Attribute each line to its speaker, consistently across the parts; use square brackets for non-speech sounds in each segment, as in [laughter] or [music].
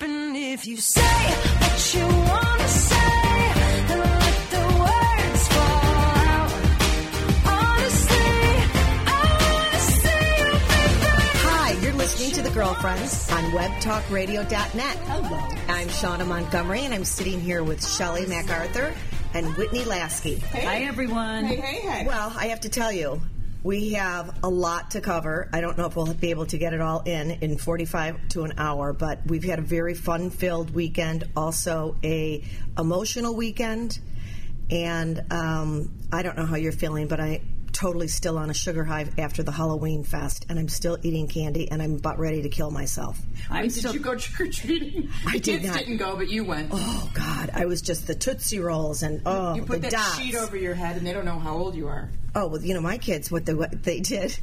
Speaker 1: If you say what you want to say and let the words fall out, honestly, I want to see you be
Speaker 2: Hi, you're listening to The Girlfriends on WebTalkRadio.net. Hello. I'm Shauna Montgomery, and I'm sitting here with Shelley MacArthur and Whitney Lasky.
Speaker 3: Hi, everyone.
Speaker 4: Hey, hey, hey.
Speaker 2: Well, I have to tell you, we have a lot to cover. I don't know if we'll be able to get it all in in 45 to an hour, but we've had a very fun-filled weekend, also a emotional weekend, and um, I don't know how you're feeling, but I totally still on a sugar high after the Halloween fest, and I'm still eating candy, and I'm about ready to kill myself.
Speaker 3: I'm
Speaker 4: Did
Speaker 3: still.
Speaker 4: you go trick or treating?
Speaker 2: I did
Speaker 4: Kids
Speaker 2: not.
Speaker 4: didn't go, but you went.
Speaker 2: Oh God, I was just the Tootsie Rolls and oh
Speaker 4: you put
Speaker 2: the
Speaker 4: that
Speaker 2: dots.
Speaker 4: sheet over your head, and they don't know how old you are.
Speaker 2: Oh well, you know my kids what they what they did.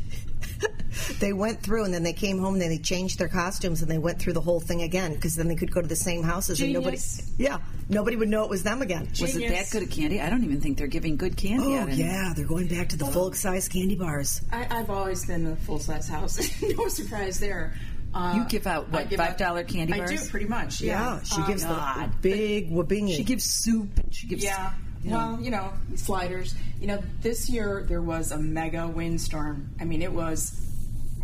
Speaker 2: [laughs] they went through and then they came home and then they changed their costumes and they went through the whole thing again because then they could go to the same houses
Speaker 4: Genius.
Speaker 2: and nobody yeah nobody would know it was them again.
Speaker 3: Was it that good of candy? I don't even think they're giving good candy
Speaker 2: Oh
Speaker 3: out anymore.
Speaker 2: yeah, they're going back to the full size candy bars.
Speaker 4: I, I've always been a full size house. [laughs] no surprise there. Uh,
Speaker 3: You give out, what,
Speaker 4: I give
Speaker 3: $5 candy
Speaker 4: I
Speaker 3: bars?
Speaker 4: do pretty much. Yeah,
Speaker 2: Yeah, she gives the
Speaker 3: God.
Speaker 2: big wabingy.
Speaker 3: She gives soup and she gives.
Speaker 4: Yeah. Well, you know, sliders. You know, this year there was a mega windstorm. I mean, it was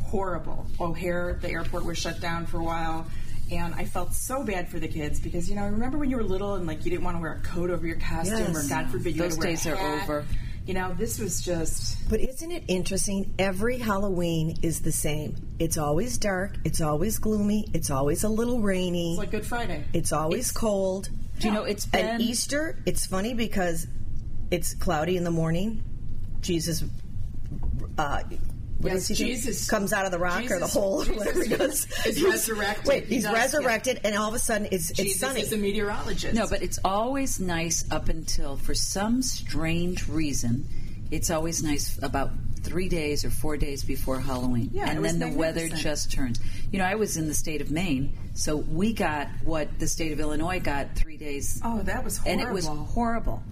Speaker 4: horrible. O'Hare, the airport was shut down for a while. And I felt so bad for the kids because, you know, remember when you were little and, like, you didn't want to wear a coat over your costume
Speaker 2: Yes.
Speaker 4: or, God forbid, you had
Speaker 3: Those
Speaker 4: to wear a
Speaker 3: days are
Speaker 4: hat.
Speaker 3: over.
Speaker 4: You know, this was just.
Speaker 2: But isn't it interesting? Every Halloween is the same. It's always dark. It's always gloomy. It's always a little rainy.
Speaker 4: It's like Good Friday.
Speaker 2: It's always cold.
Speaker 3: Do you know it's been
Speaker 2: At Easter, it's funny because it's cloudy in the morning. Jesus, uh, what does
Speaker 4: Yes,
Speaker 2: he do?
Speaker 4: Jesus-
Speaker 2: comes out of the rock or the
Speaker 4: Jesus-
Speaker 2: hole, [laughs] or whatever he does.
Speaker 4: Jesus is resurrected.
Speaker 2: Wait,
Speaker 4: He
Speaker 2: he's
Speaker 4: does, yeah.
Speaker 2: resurrected, and all of a sudden it's, it's
Speaker 4: Jesus
Speaker 2: sunny.
Speaker 4: is a meteorologist.
Speaker 3: No, but it's always nice up until, for some strange reason, it's always nice about three days or four days before Halloween.
Speaker 4: Yeah, it
Speaker 3: and
Speaker 4: was
Speaker 3: then the weather
Speaker 4: magnificent.
Speaker 3: just turns. You know, I was in the state of Maine, so we got what the state of Illinois got three days.
Speaker 4: Oh, that was horrible.
Speaker 3: And it was horrible.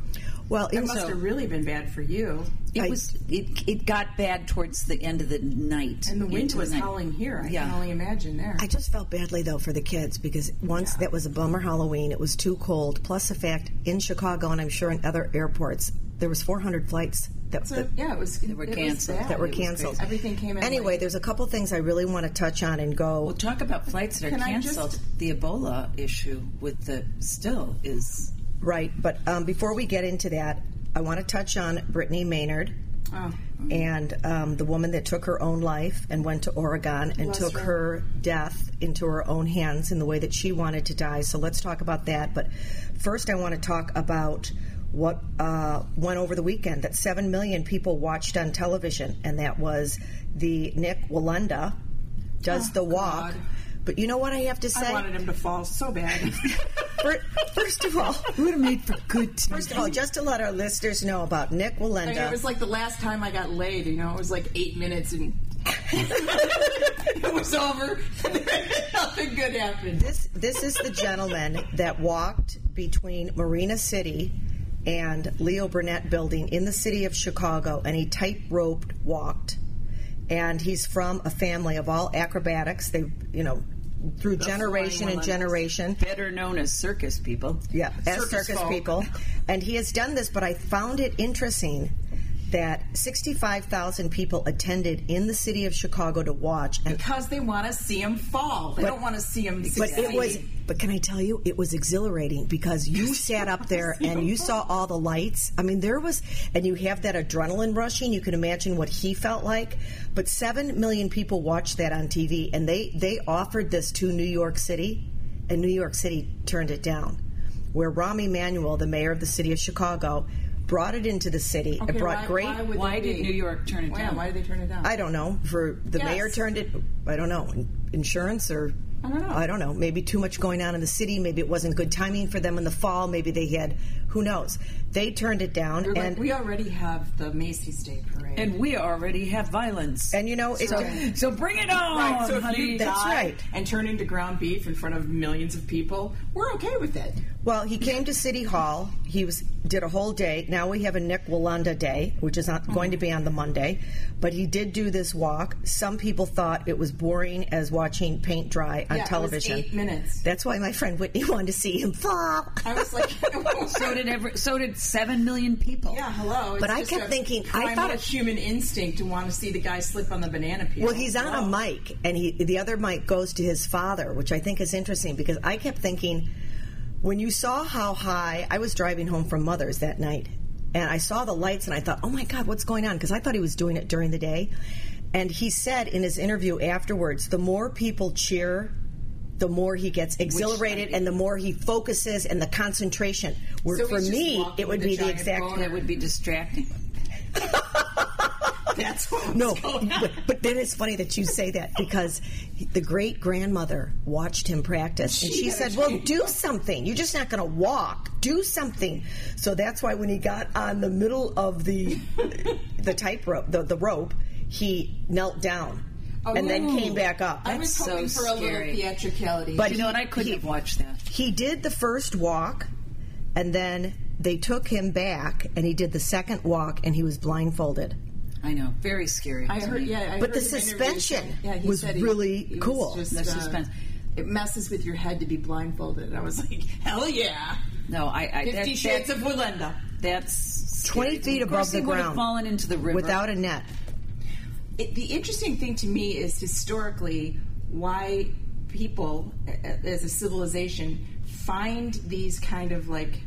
Speaker 2: well,
Speaker 4: It
Speaker 2: and
Speaker 4: must
Speaker 2: so-
Speaker 4: have really been bad for you.
Speaker 3: It
Speaker 2: I-
Speaker 3: was it, it got bad towards the end of the night.
Speaker 4: And the wind
Speaker 3: into
Speaker 4: was
Speaker 3: night.
Speaker 4: howling here. I
Speaker 3: Yeah.
Speaker 4: can only imagine there.
Speaker 2: I just felt badly though for the kids because once that was a bummer Halloween. It was too cold. Plus the fact in Chicago and I'm sure in other airports there was 400 flights that,
Speaker 4: So,
Speaker 2: that
Speaker 4: yeah, it was. They
Speaker 3: were canceled.
Speaker 2: that were
Speaker 3: It was
Speaker 2: canceled.
Speaker 3: crazy.
Speaker 4: Everything came in
Speaker 2: Anyway,
Speaker 4: late.
Speaker 2: there's a couple things I really want to touch on and go.
Speaker 3: Well, talk about flights that are
Speaker 4: Can I just-
Speaker 3: canceled. The Ebola issue with the still is
Speaker 2: Right, but um, before we get into that, I want to touch on Brittany Maynard
Speaker 4: Oh.
Speaker 2: and um, the woman that took her own life and went to Oregon and took her. death into her own hands in the way that she wanted to die. So let's talk about that. But first, I want to talk about what uh, went over the weekend that 7 million people watched on television, and that was the Nick Walenda does the walk.
Speaker 4: God.
Speaker 2: But you know what I have to say?
Speaker 4: I wanted him to fall so bad. [laughs]
Speaker 2: Brit- First of all,
Speaker 3: would have made for good TV.
Speaker 2: First of all, just to let our listeners know about Nick
Speaker 4: Like,
Speaker 2: Walenda.
Speaker 4: it was like the last time I got laid, you know, it was like eight minutes and [laughs] it was over. [laughs] Nothing good happened.
Speaker 2: this this is the gentleman that walked between Marina City and Leo Burnett Building in the city of Chicago, and he tight roped walked. And he's from a family of all acrobatics. They, you know, through generation and
Speaker 4: Walendas.
Speaker 2: generation.
Speaker 3: better known as circus people.
Speaker 2: Yeah, as
Speaker 4: Circus
Speaker 2: circus
Speaker 4: folk.
Speaker 2: people. And he has done this, but I found it interesting that 65,000 people attended in the city of Chicago to watch. And
Speaker 4: Because they want to see him fall. They
Speaker 2: But-
Speaker 4: don't want to see him
Speaker 2: But
Speaker 4: succeed.
Speaker 2: it was. But can I tell you, it was exhilarating because you sat up
Speaker 4: [laughs]
Speaker 2: there and you saw all the lights. I mean, there was, and you have that adrenaline rushing. You can imagine what he felt like. But seven million people watched that on TV, and they they offered this to New York City, and New York City turned it down. Where Rahm Emanuel, the mayor of the city of Chicago, brought it into the city.
Speaker 4: Okay,
Speaker 2: it brought
Speaker 4: why,
Speaker 2: great.
Speaker 4: Why, would
Speaker 3: Why
Speaker 4: they
Speaker 3: did
Speaker 4: be-
Speaker 3: New York turn it
Speaker 4: Why-
Speaker 3: down?
Speaker 4: Why did they turn it down?
Speaker 2: I don't know. For the
Speaker 4: Yes.
Speaker 2: mayor turned it. I don't know. in- Insurance or I
Speaker 4: don't know.
Speaker 2: Maybe too much going on in the city. Maybe it wasn't good timing for them in the fall. Maybe they had. Who knows? They turned it down,
Speaker 4: They're like,
Speaker 2: and
Speaker 4: we already have the Macy's Day Parade.
Speaker 3: And we already have violence.
Speaker 2: and you know it.
Speaker 3: so bring it on,
Speaker 4: Right, so if
Speaker 3: honey.
Speaker 4: you
Speaker 2: That's
Speaker 4: die
Speaker 2: right.
Speaker 4: and turn into ground beef in front of millions of people, we're okay with it.
Speaker 2: [laughs] Well, he came to City Hall. He was did a whole day. Now we have a Nick Walanda day, which is not going to be on the Monday, but he did do this walk. Some people thought it was boring as watching paint dry on
Speaker 4: Yeah, it was
Speaker 2: television.
Speaker 4: eight minutes.
Speaker 2: That's why my friend Whitney wanted to see him fall.
Speaker 4: I was like,
Speaker 3: [laughs] So did every, so did seven million people.
Speaker 4: Yeah, hello. It's
Speaker 2: But I
Speaker 4: just
Speaker 2: kept
Speaker 4: a
Speaker 2: thinking- I
Speaker 4: primal
Speaker 2: thought it-
Speaker 4: human instinct to want to see the guy slip on the banana peel.
Speaker 2: Well, he's on a mic, and he the other mic goes to his father, which I think is interesting because I kept thinking when you saw how high I was driving home from Mother's that night, and I saw the lights, and I thought, oh my God, what's going on? Because I thought he was doing it during the day, and he said in his interview afterwards, the more people cheer. The more he gets exhilarated, and the more he focuses, and the concentration. Where
Speaker 4: So
Speaker 2: for
Speaker 4: he's just
Speaker 2: me,
Speaker 4: walking
Speaker 2: it would
Speaker 4: with a
Speaker 2: be the
Speaker 4: giant
Speaker 2: exact
Speaker 4: boner.
Speaker 3: That would be distracting.
Speaker 4: That's what
Speaker 2: No,
Speaker 4: was going on.
Speaker 2: but, but then it's funny that you say that because the great grandmother watched him practice and she said, Well, do something. You're just not going to walk. Do something. So that's why when he got on the middle of the the tight rope, the, the rope, he knelt down and then came back up.
Speaker 4: Oh, I was
Speaker 3: That's
Speaker 4: hoping
Speaker 3: so
Speaker 4: for a
Speaker 3: scary.
Speaker 4: little theatricality.
Speaker 2: But
Speaker 3: You know what? I couldn't
Speaker 2: he-
Speaker 3: have watched that.
Speaker 2: He did the first walk and then they took him back and he did the second walk and he was blindfolded.
Speaker 3: I know, very scary.
Speaker 4: I heard, yeah. I
Speaker 2: But the
Speaker 4: heard in interviews-
Speaker 2: suspension
Speaker 4: yeah, he
Speaker 2: was
Speaker 4: said he-
Speaker 2: really
Speaker 4: he was
Speaker 2: cool.
Speaker 4: just,
Speaker 3: The
Speaker 4: uh,
Speaker 3: suspense.
Speaker 4: It messes with your head to be blindfolded. And I was like, hell yeah.
Speaker 3: No, I. I
Speaker 4: Fifty
Speaker 3: that-
Speaker 4: Shades
Speaker 3: that-
Speaker 4: of Willenda.
Speaker 3: That's
Speaker 2: 20
Speaker 3: scary.
Speaker 2: feet
Speaker 3: Of course
Speaker 2: above the
Speaker 3: he would have
Speaker 2: ground.
Speaker 3: fallen into the river
Speaker 2: Without a net.
Speaker 4: It, the interesting thing to me is historically why people, a- a- as a civilization, find these kind of like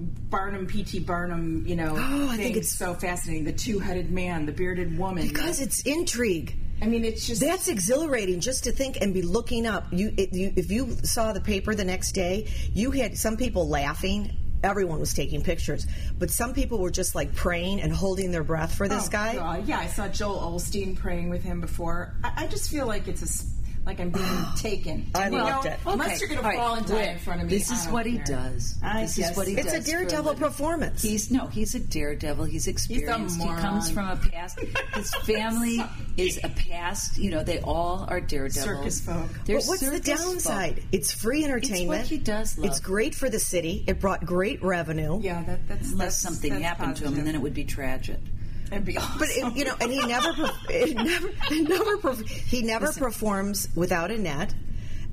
Speaker 4: Barnum, P.T. Barnum, you
Speaker 3: [gasps]
Speaker 4: know,
Speaker 2: Oh, I
Speaker 4: things
Speaker 2: think it's-
Speaker 4: so fascinating. The two-headed man, the bearded woman.
Speaker 2: Because it's intrigue.
Speaker 4: I mean, it's just
Speaker 2: That's exhilarating just to think and be looking up. You, it, you, if you saw the paper the next day, you had some people laughing. Everyone was taking pictures, but some people were just like praying and holding their breath for this
Speaker 4: Oh,
Speaker 2: guy.
Speaker 4: God. Yeah, I saw Joel Olstein praying with him before. I, I just feel like it's a s like I'm being
Speaker 3: [gasps]
Speaker 4: taken.
Speaker 2: I
Speaker 4: You know,
Speaker 2: loved it.
Speaker 4: Unless
Speaker 3: Okay,
Speaker 4: you're going
Speaker 3: all
Speaker 4: to
Speaker 3: right,
Speaker 4: fall and die
Speaker 3: wait.
Speaker 4: in front of me.
Speaker 3: This
Speaker 4: I
Speaker 3: is
Speaker 4: don't
Speaker 3: what he
Speaker 4: care.
Speaker 3: does.
Speaker 4: I
Speaker 3: This is
Speaker 4: guess
Speaker 3: what he
Speaker 4: so.
Speaker 2: It's a
Speaker 3: does for
Speaker 2: daredevil
Speaker 3: living.
Speaker 2: performance.
Speaker 3: He's no, he's a daredevil. He's experienced.
Speaker 4: moron.
Speaker 3: He comes from a past.
Speaker 4: [laughs]
Speaker 3: His family is a past. You know, they all are daredevils.
Speaker 4: Circus folk.
Speaker 2: but
Speaker 3: They're
Speaker 2: what's the
Speaker 3: circus folk.
Speaker 2: downside? It's free entertainment.
Speaker 3: he does love.
Speaker 2: It's great for the city. It brought great revenue.
Speaker 4: Yeah, that, that's
Speaker 3: Unless
Speaker 4: that's,
Speaker 3: something
Speaker 4: that's
Speaker 3: happened to him, and then it would be tragic.
Speaker 4: would be awesome.
Speaker 2: But it, you know, and he never, perf- [laughs] it never, it never, perf- he never performs without a net.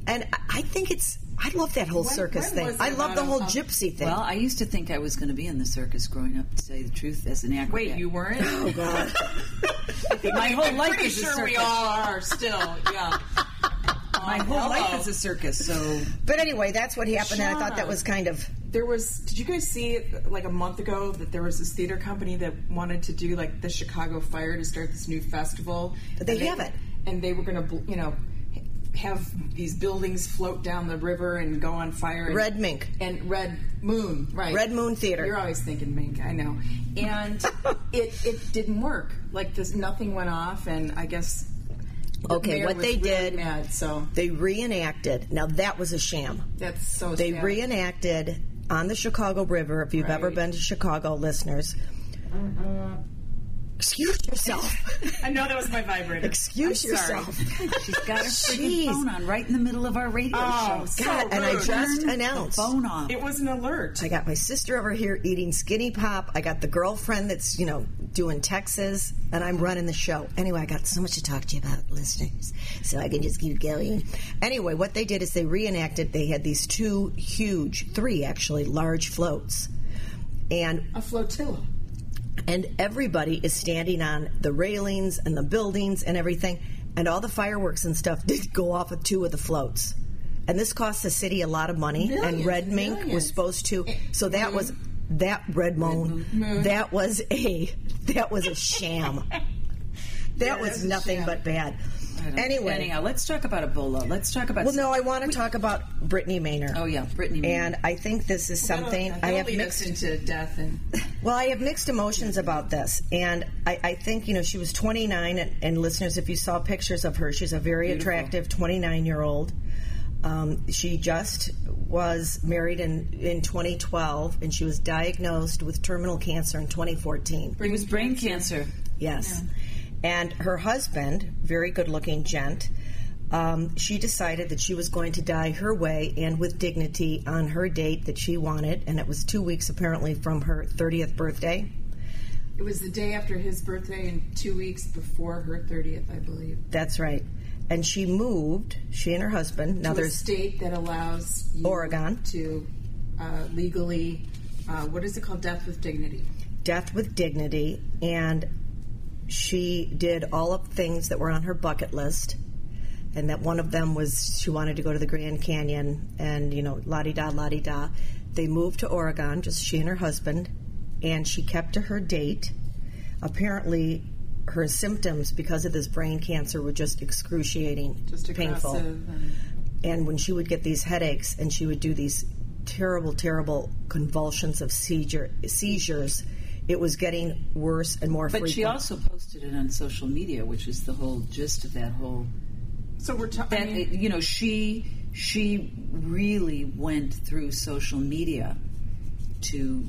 Speaker 2: And I- I think it's, I love that whole
Speaker 4: When-
Speaker 2: circus
Speaker 4: when
Speaker 2: thing.
Speaker 4: was
Speaker 2: I
Speaker 4: it
Speaker 2: love the
Speaker 4: on-
Speaker 2: whole
Speaker 4: on-
Speaker 2: gypsy thing.
Speaker 3: Well, I used to think I was going to be in the circus growing up. To say the truth, as an acrobat.
Speaker 4: Wait, you weren't? Oh [laughs] God!
Speaker 3: My whole
Speaker 4: I'm
Speaker 3: life
Speaker 4: pretty
Speaker 3: is a
Speaker 4: sure
Speaker 3: circus.
Speaker 4: we all are still. [laughs] Yeah.
Speaker 3: My whole
Speaker 4: Hello.
Speaker 3: life is a circus. So
Speaker 2: but anyway, that's what happened. And I thought that was kind of
Speaker 4: There was. Did you guys see like a month ago that there was this theater company that wanted to do like the Chicago Fire to start this new festival?
Speaker 2: But they
Speaker 4: And
Speaker 2: haven't.
Speaker 4: And they were going to, you know, have these buildings float down the river and go on fire. and-
Speaker 2: Red Mink.
Speaker 4: and Red Moon, right?
Speaker 2: Red Moon Theater.
Speaker 4: You're always thinking Mink. I know.
Speaker 2: [laughs]
Speaker 4: And it it didn't work. Like this, nothing went off, and I guess. the
Speaker 2: Okay,
Speaker 4: mayor
Speaker 2: what
Speaker 4: was
Speaker 2: they
Speaker 4: really
Speaker 2: did-
Speaker 4: Mad. So
Speaker 2: they reenacted. Now that was a sham.
Speaker 4: that's so.
Speaker 2: They
Speaker 4: sad.
Speaker 2: reenacted on the Chicago River. If you've ever
Speaker 4: Right. Uh-huh.
Speaker 2: been to Chicago, listeners, excuse yourself.
Speaker 4: [laughs] I know that was my vibrator.
Speaker 2: Excuse
Speaker 4: I'm sorry.
Speaker 2: yourself.
Speaker 3: she's
Speaker 4: [laughs]
Speaker 3: got her
Speaker 2: Jeez.
Speaker 3: freaking phone on right in the middle of our radio
Speaker 4: Oh,
Speaker 3: show.
Speaker 4: so
Speaker 2: God, and I
Speaker 4: rude.
Speaker 2: just
Speaker 3: Turn
Speaker 2: announced.
Speaker 3: the phone off.
Speaker 4: It was an alert.
Speaker 2: I got my sister over here eating skinny pop. I got the girlfriend that's, you know, doing Texas, and I'm running the show. Anyway, I got so much to talk to you about, listeners, so I can just keep going. Anyway, what they did is they reenacted, they had these two huge, three actually, large floats. And
Speaker 4: A flotilla.
Speaker 2: and everybody is standing on the railings and the buildings and everything and all the fireworks and stuff did go off of two of the floats and this cost the city a lot of money and
Speaker 4: Millions,
Speaker 2: red mink was
Speaker 4: millions.
Speaker 2: supposed to so that was that red moon that was a that was a sham that was nothing but bad anyway
Speaker 3: Anyhow, let's talk about Ebola. Let's talk about.
Speaker 2: well no i want to talk about brittany Maynor.
Speaker 3: Oh yeah, Brittany.
Speaker 2: and i think this is something
Speaker 4: That'll-
Speaker 2: i
Speaker 4: that'll
Speaker 2: have
Speaker 4: lead
Speaker 2: mixed
Speaker 4: us into death and
Speaker 2: Well, I have mixed emotions about this, and I, I think you know she was 29, and, and listeners, if you saw pictures of her, she's a very attractive 29 year old. Um, she just was married in in 2012, and she was diagnosed with terminal cancer in 2014.
Speaker 3: it was brain cancer.
Speaker 2: Yes, and her husband, very good looking gent, um, she decided that she was going to die her way and with dignity on her date that she wanted, and it was two weeks apparently from her 30th birthday.
Speaker 4: It was the day after his birthday and two weeks before her 30th, I believe.
Speaker 2: That's right. And she moved, she and her husband. Now
Speaker 4: To a
Speaker 2: there's
Speaker 4: state that allows you
Speaker 2: Oregon.
Speaker 4: to uh, legally, uh, what is it called? Death with dignity.
Speaker 2: death with dignity and she did all of the things that were on her bucket list and that one of them was she wanted to go to the grand canyon and you know la-di-da la-di-da they moved to oregon just she and her husband and she kept to her date apparently her symptoms because of this brain cancer were just excruciating
Speaker 4: Just
Speaker 2: painful
Speaker 4: aggressive and-
Speaker 2: Mm-hmm. and when she would get these headaches and she would do these terrible terrible convulsions of seizure, seizures it was getting worse and more
Speaker 3: But
Speaker 2: frequent
Speaker 3: she also posted it on social media, which is the whole gist of that whole.
Speaker 4: So we're talking.
Speaker 3: That it- you know, she she really went through social media to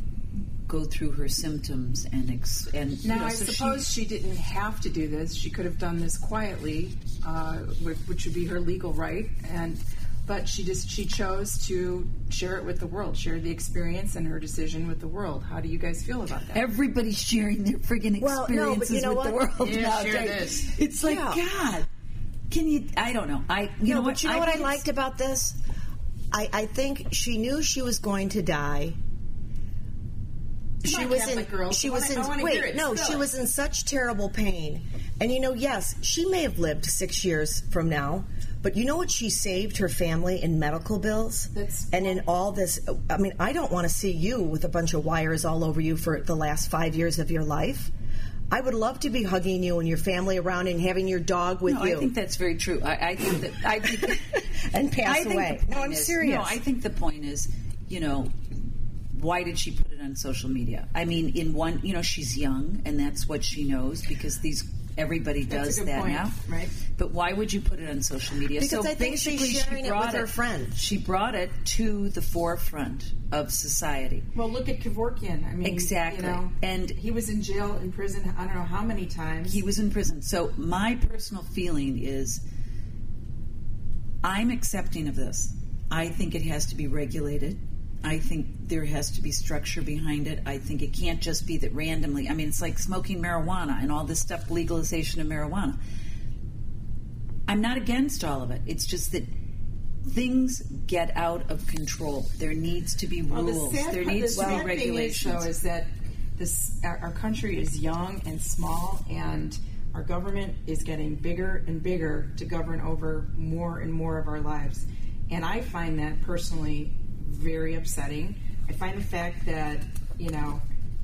Speaker 3: go through her symptoms and ex, and you
Speaker 4: Now,
Speaker 3: know,
Speaker 4: I
Speaker 3: so she-
Speaker 4: suppose she, didn't have to do this. She could have done this quietly, uh, which, which would be her legal right. And but she just she chose to share it with the world, share the experience and her decision with the world. How do you guys feel about that?
Speaker 3: everybody's sharing their friggin' experiences
Speaker 2: Well, no, but you know
Speaker 3: with
Speaker 2: what?
Speaker 3: the world
Speaker 4: Yeah, share
Speaker 3: nowadays.
Speaker 4: this.
Speaker 3: It's like
Speaker 2: Yeah.
Speaker 3: God. Can you? I don't know. I you know
Speaker 2: no,
Speaker 3: what?
Speaker 2: but you know what I
Speaker 3: think it's-
Speaker 2: liked about this? I, I think she knew she was going to die.
Speaker 4: on, Catholic girl.
Speaker 2: She
Speaker 4: I
Speaker 2: was
Speaker 4: wanna-
Speaker 2: in.
Speaker 4: I wanna
Speaker 2: wait,
Speaker 4: hear it.
Speaker 2: no,
Speaker 4: Spill
Speaker 2: she
Speaker 4: it.
Speaker 2: was in such terrible pain. And you know, yes, she may have lived six years from now, but you know what? She saved her family in medical bills
Speaker 4: That's-
Speaker 2: and in all this. I mean, I don't want to see you with a bunch of wires all over you for the last five years of your life. I would love to be hugging you and your family around and having your dog with
Speaker 3: No,
Speaker 2: you.
Speaker 3: Oh, I think that's very true. I, I think that I think
Speaker 2: [laughs] And pass
Speaker 3: I think
Speaker 2: away.
Speaker 3: the point
Speaker 2: No, I'm
Speaker 3: is-
Speaker 2: serious.
Speaker 3: No, I think the point is, you know, why did she put it on social media? I mean, in one, you know, she's young, and that's what she knows because these everybody
Speaker 4: That's a
Speaker 3: does
Speaker 4: good
Speaker 3: that
Speaker 4: point,
Speaker 3: now,
Speaker 4: right.
Speaker 3: But why would you put it on social media?
Speaker 2: Because
Speaker 3: so
Speaker 2: I think she's
Speaker 3: basically
Speaker 2: sharing it
Speaker 3: she
Speaker 2: with
Speaker 3: brought
Speaker 2: her friends.
Speaker 3: She brought it to the forefront of society.
Speaker 4: Well, look at Kevorkian. I mean,
Speaker 3: Exactly.
Speaker 4: you know,
Speaker 3: And-
Speaker 4: he was in jail, in prison. I don't know how many times.
Speaker 3: He was in prison. So my personal feeling is I'm accepting of this. I think it has to be regulated. I think there has to be structure behind it. I think it can't just be that randomly. I mean, it's like smoking marijuana and all this stuff, legalization of marijuana. I'm not against all of it. It's just that things get out of control. There needs to be
Speaker 4: Well, the
Speaker 3: rules.
Speaker 4: sad
Speaker 3: there
Speaker 4: part-
Speaker 3: needs
Speaker 4: the
Speaker 3: to be
Speaker 4: sad
Speaker 3: regulations.
Speaker 4: Thing is, though, is that this our, our country is young and small, and our government is getting bigger and bigger to govern over more and more of our lives. And I find that personally very upsetting. I find the fact that you know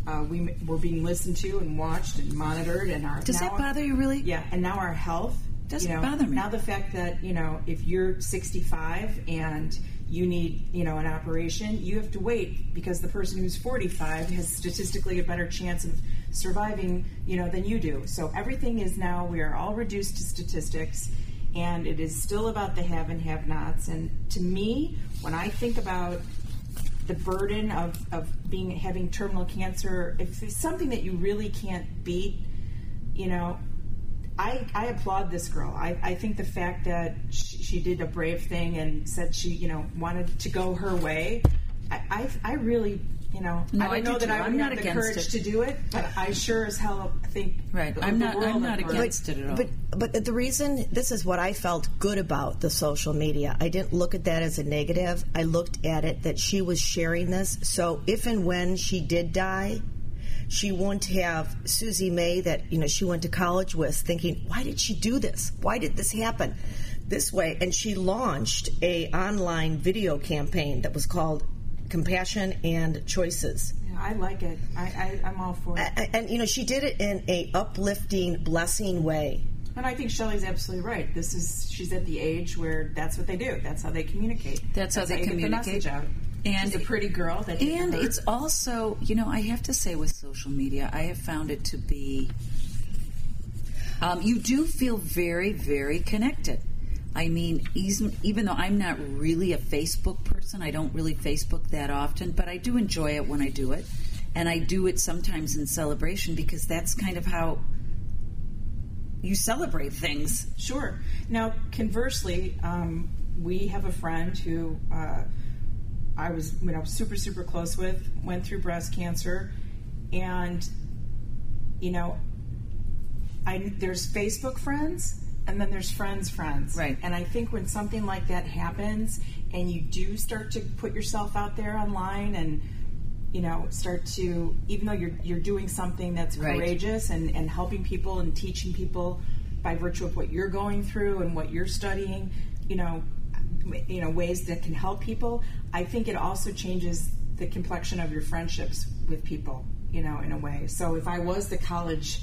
Speaker 4: uh, we we're being listened to and watched and monitored, and our
Speaker 3: Does
Speaker 4: now-
Speaker 3: that bother you really?
Speaker 4: yeah, and now our health
Speaker 3: Doesn't
Speaker 4: you know,
Speaker 3: bother me.
Speaker 4: Now the fact that you know, if you're 65 and you need you know an operation, you have to wait because the person who's 45 has statistically a better chance of surviving you know than you do. So everything is now we are all reduced to statistics. And it is still about the have and have nots. And to me, when I think about the burden of, of being having terminal cancer, if it's something that you really can't beat, you know, I, I applaud this girl. I, I think the fact that she, she did a brave thing and said she, you know, wanted to go her way, I, I, I really, you know,
Speaker 3: No,
Speaker 4: I don't
Speaker 3: I do
Speaker 4: know that
Speaker 3: too.
Speaker 4: I would
Speaker 3: I'm not
Speaker 4: have the
Speaker 3: against
Speaker 4: courage
Speaker 3: it.
Speaker 4: to do it, but I sure as hell think.
Speaker 3: Right.
Speaker 4: of
Speaker 3: I'm
Speaker 4: the
Speaker 3: not-
Speaker 4: world
Speaker 3: I'm not
Speaker 4: of her.
Speaker 3: against it at all.
Speaker 2: But but the reason this is what I felt good about the social media. I didn't look at that as a negative. I looked at it that she was sharing this. So if and when she did die, she won't have Susie May that you know she went to college with thinking, why did she do this? Why did this happen? This way, and she launched a online video campaign that was called "Compassion and Choices."
Speaker 4: Yeah, I like it. I, I, I'm all for it.
Speaker 2: A- And you know she did it in a uplifting, blessing way.
Speaker 4: And I think Shelley's absolutely right. This is she's at the age where that's what they do. That's how they communicate.
Speaker 3: That's how they
Speaker 4: you get the
Speaker 3: communicate.
Speaker 4: message out.
Speaker 3: And-
Speaker 4: she's a pretty girl. That didn't
Speaker 3: And
Speaker 4: hurt.
Speaker 3: it's also, you know, I have to say with social media, I have found it to be. Um, you do feel very, very connected. I mean, even, even though I'm not really a Facebook person, I don't really Facebook that often, but I do enjoy it when I do it. And I do it sometimes in celebration because that's kind of how you celebrate things.
Speaker 4: Sure. Now, conversely, um, we have a friend who uh, I was when I was super super close with went through breast cancer, and you know, I there's Facebook friends. And then there's friends, friends.
Speaker 3: Right.
Speaker 4: And I think when something like that happens and you do start to put yourself out there online and, you know, start to, even though you're, you're doing something that's
Speaker 3: Right.
Speaker 4: courageous, courageous and, and helping people and teaching people by virtue of what you're going through and what you're studying, you know, w- you know ways that can help people. I think it also changes the complexion of your friendships with people, you know, in a way. So if I was the college,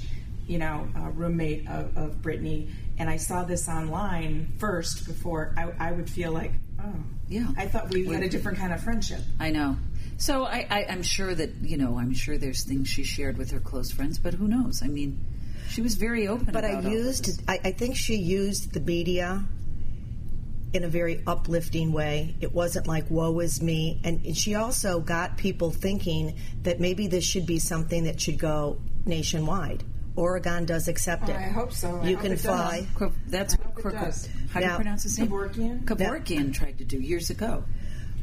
Speaker 4: you know, uh, roommate of, of Brittany and I saw this online first before, I, I would feel like, oh,
Speaker 3: Yeah.
Speaker 4: I thought we had a different kind of friendship.
Speaker 3: I know. So I, I, I'm sure that you know. I'm sure there's things she shared with her close friends, but who knows? I mean, she was very open.
Speaker 2: But I
Speaker 3: about all this.
Speaker 2: used, I, I think she used the media in a very uplifting way. It wasn't like, woe is me. And, and she also got people thinking that maybe this should be something that should go nationwide. Oregon does accept it.
Speaker 4: I hope so. I
Speaker 2: You
Speaker 4: hope
Speaker 2: can
Speaker 4: it does.
Speaker 2: fly.
Speaker 3: Kov- That's what
Speaker 4: it
Speaker 3: Kov-
Speaker 4: does.
Speaker 3: how do you
Speaker 2: Now-
Speaker 3: pronounce his name?
Speaker 4: Kevorkian?
Speaker 3: Kevorkian tried to do years ago.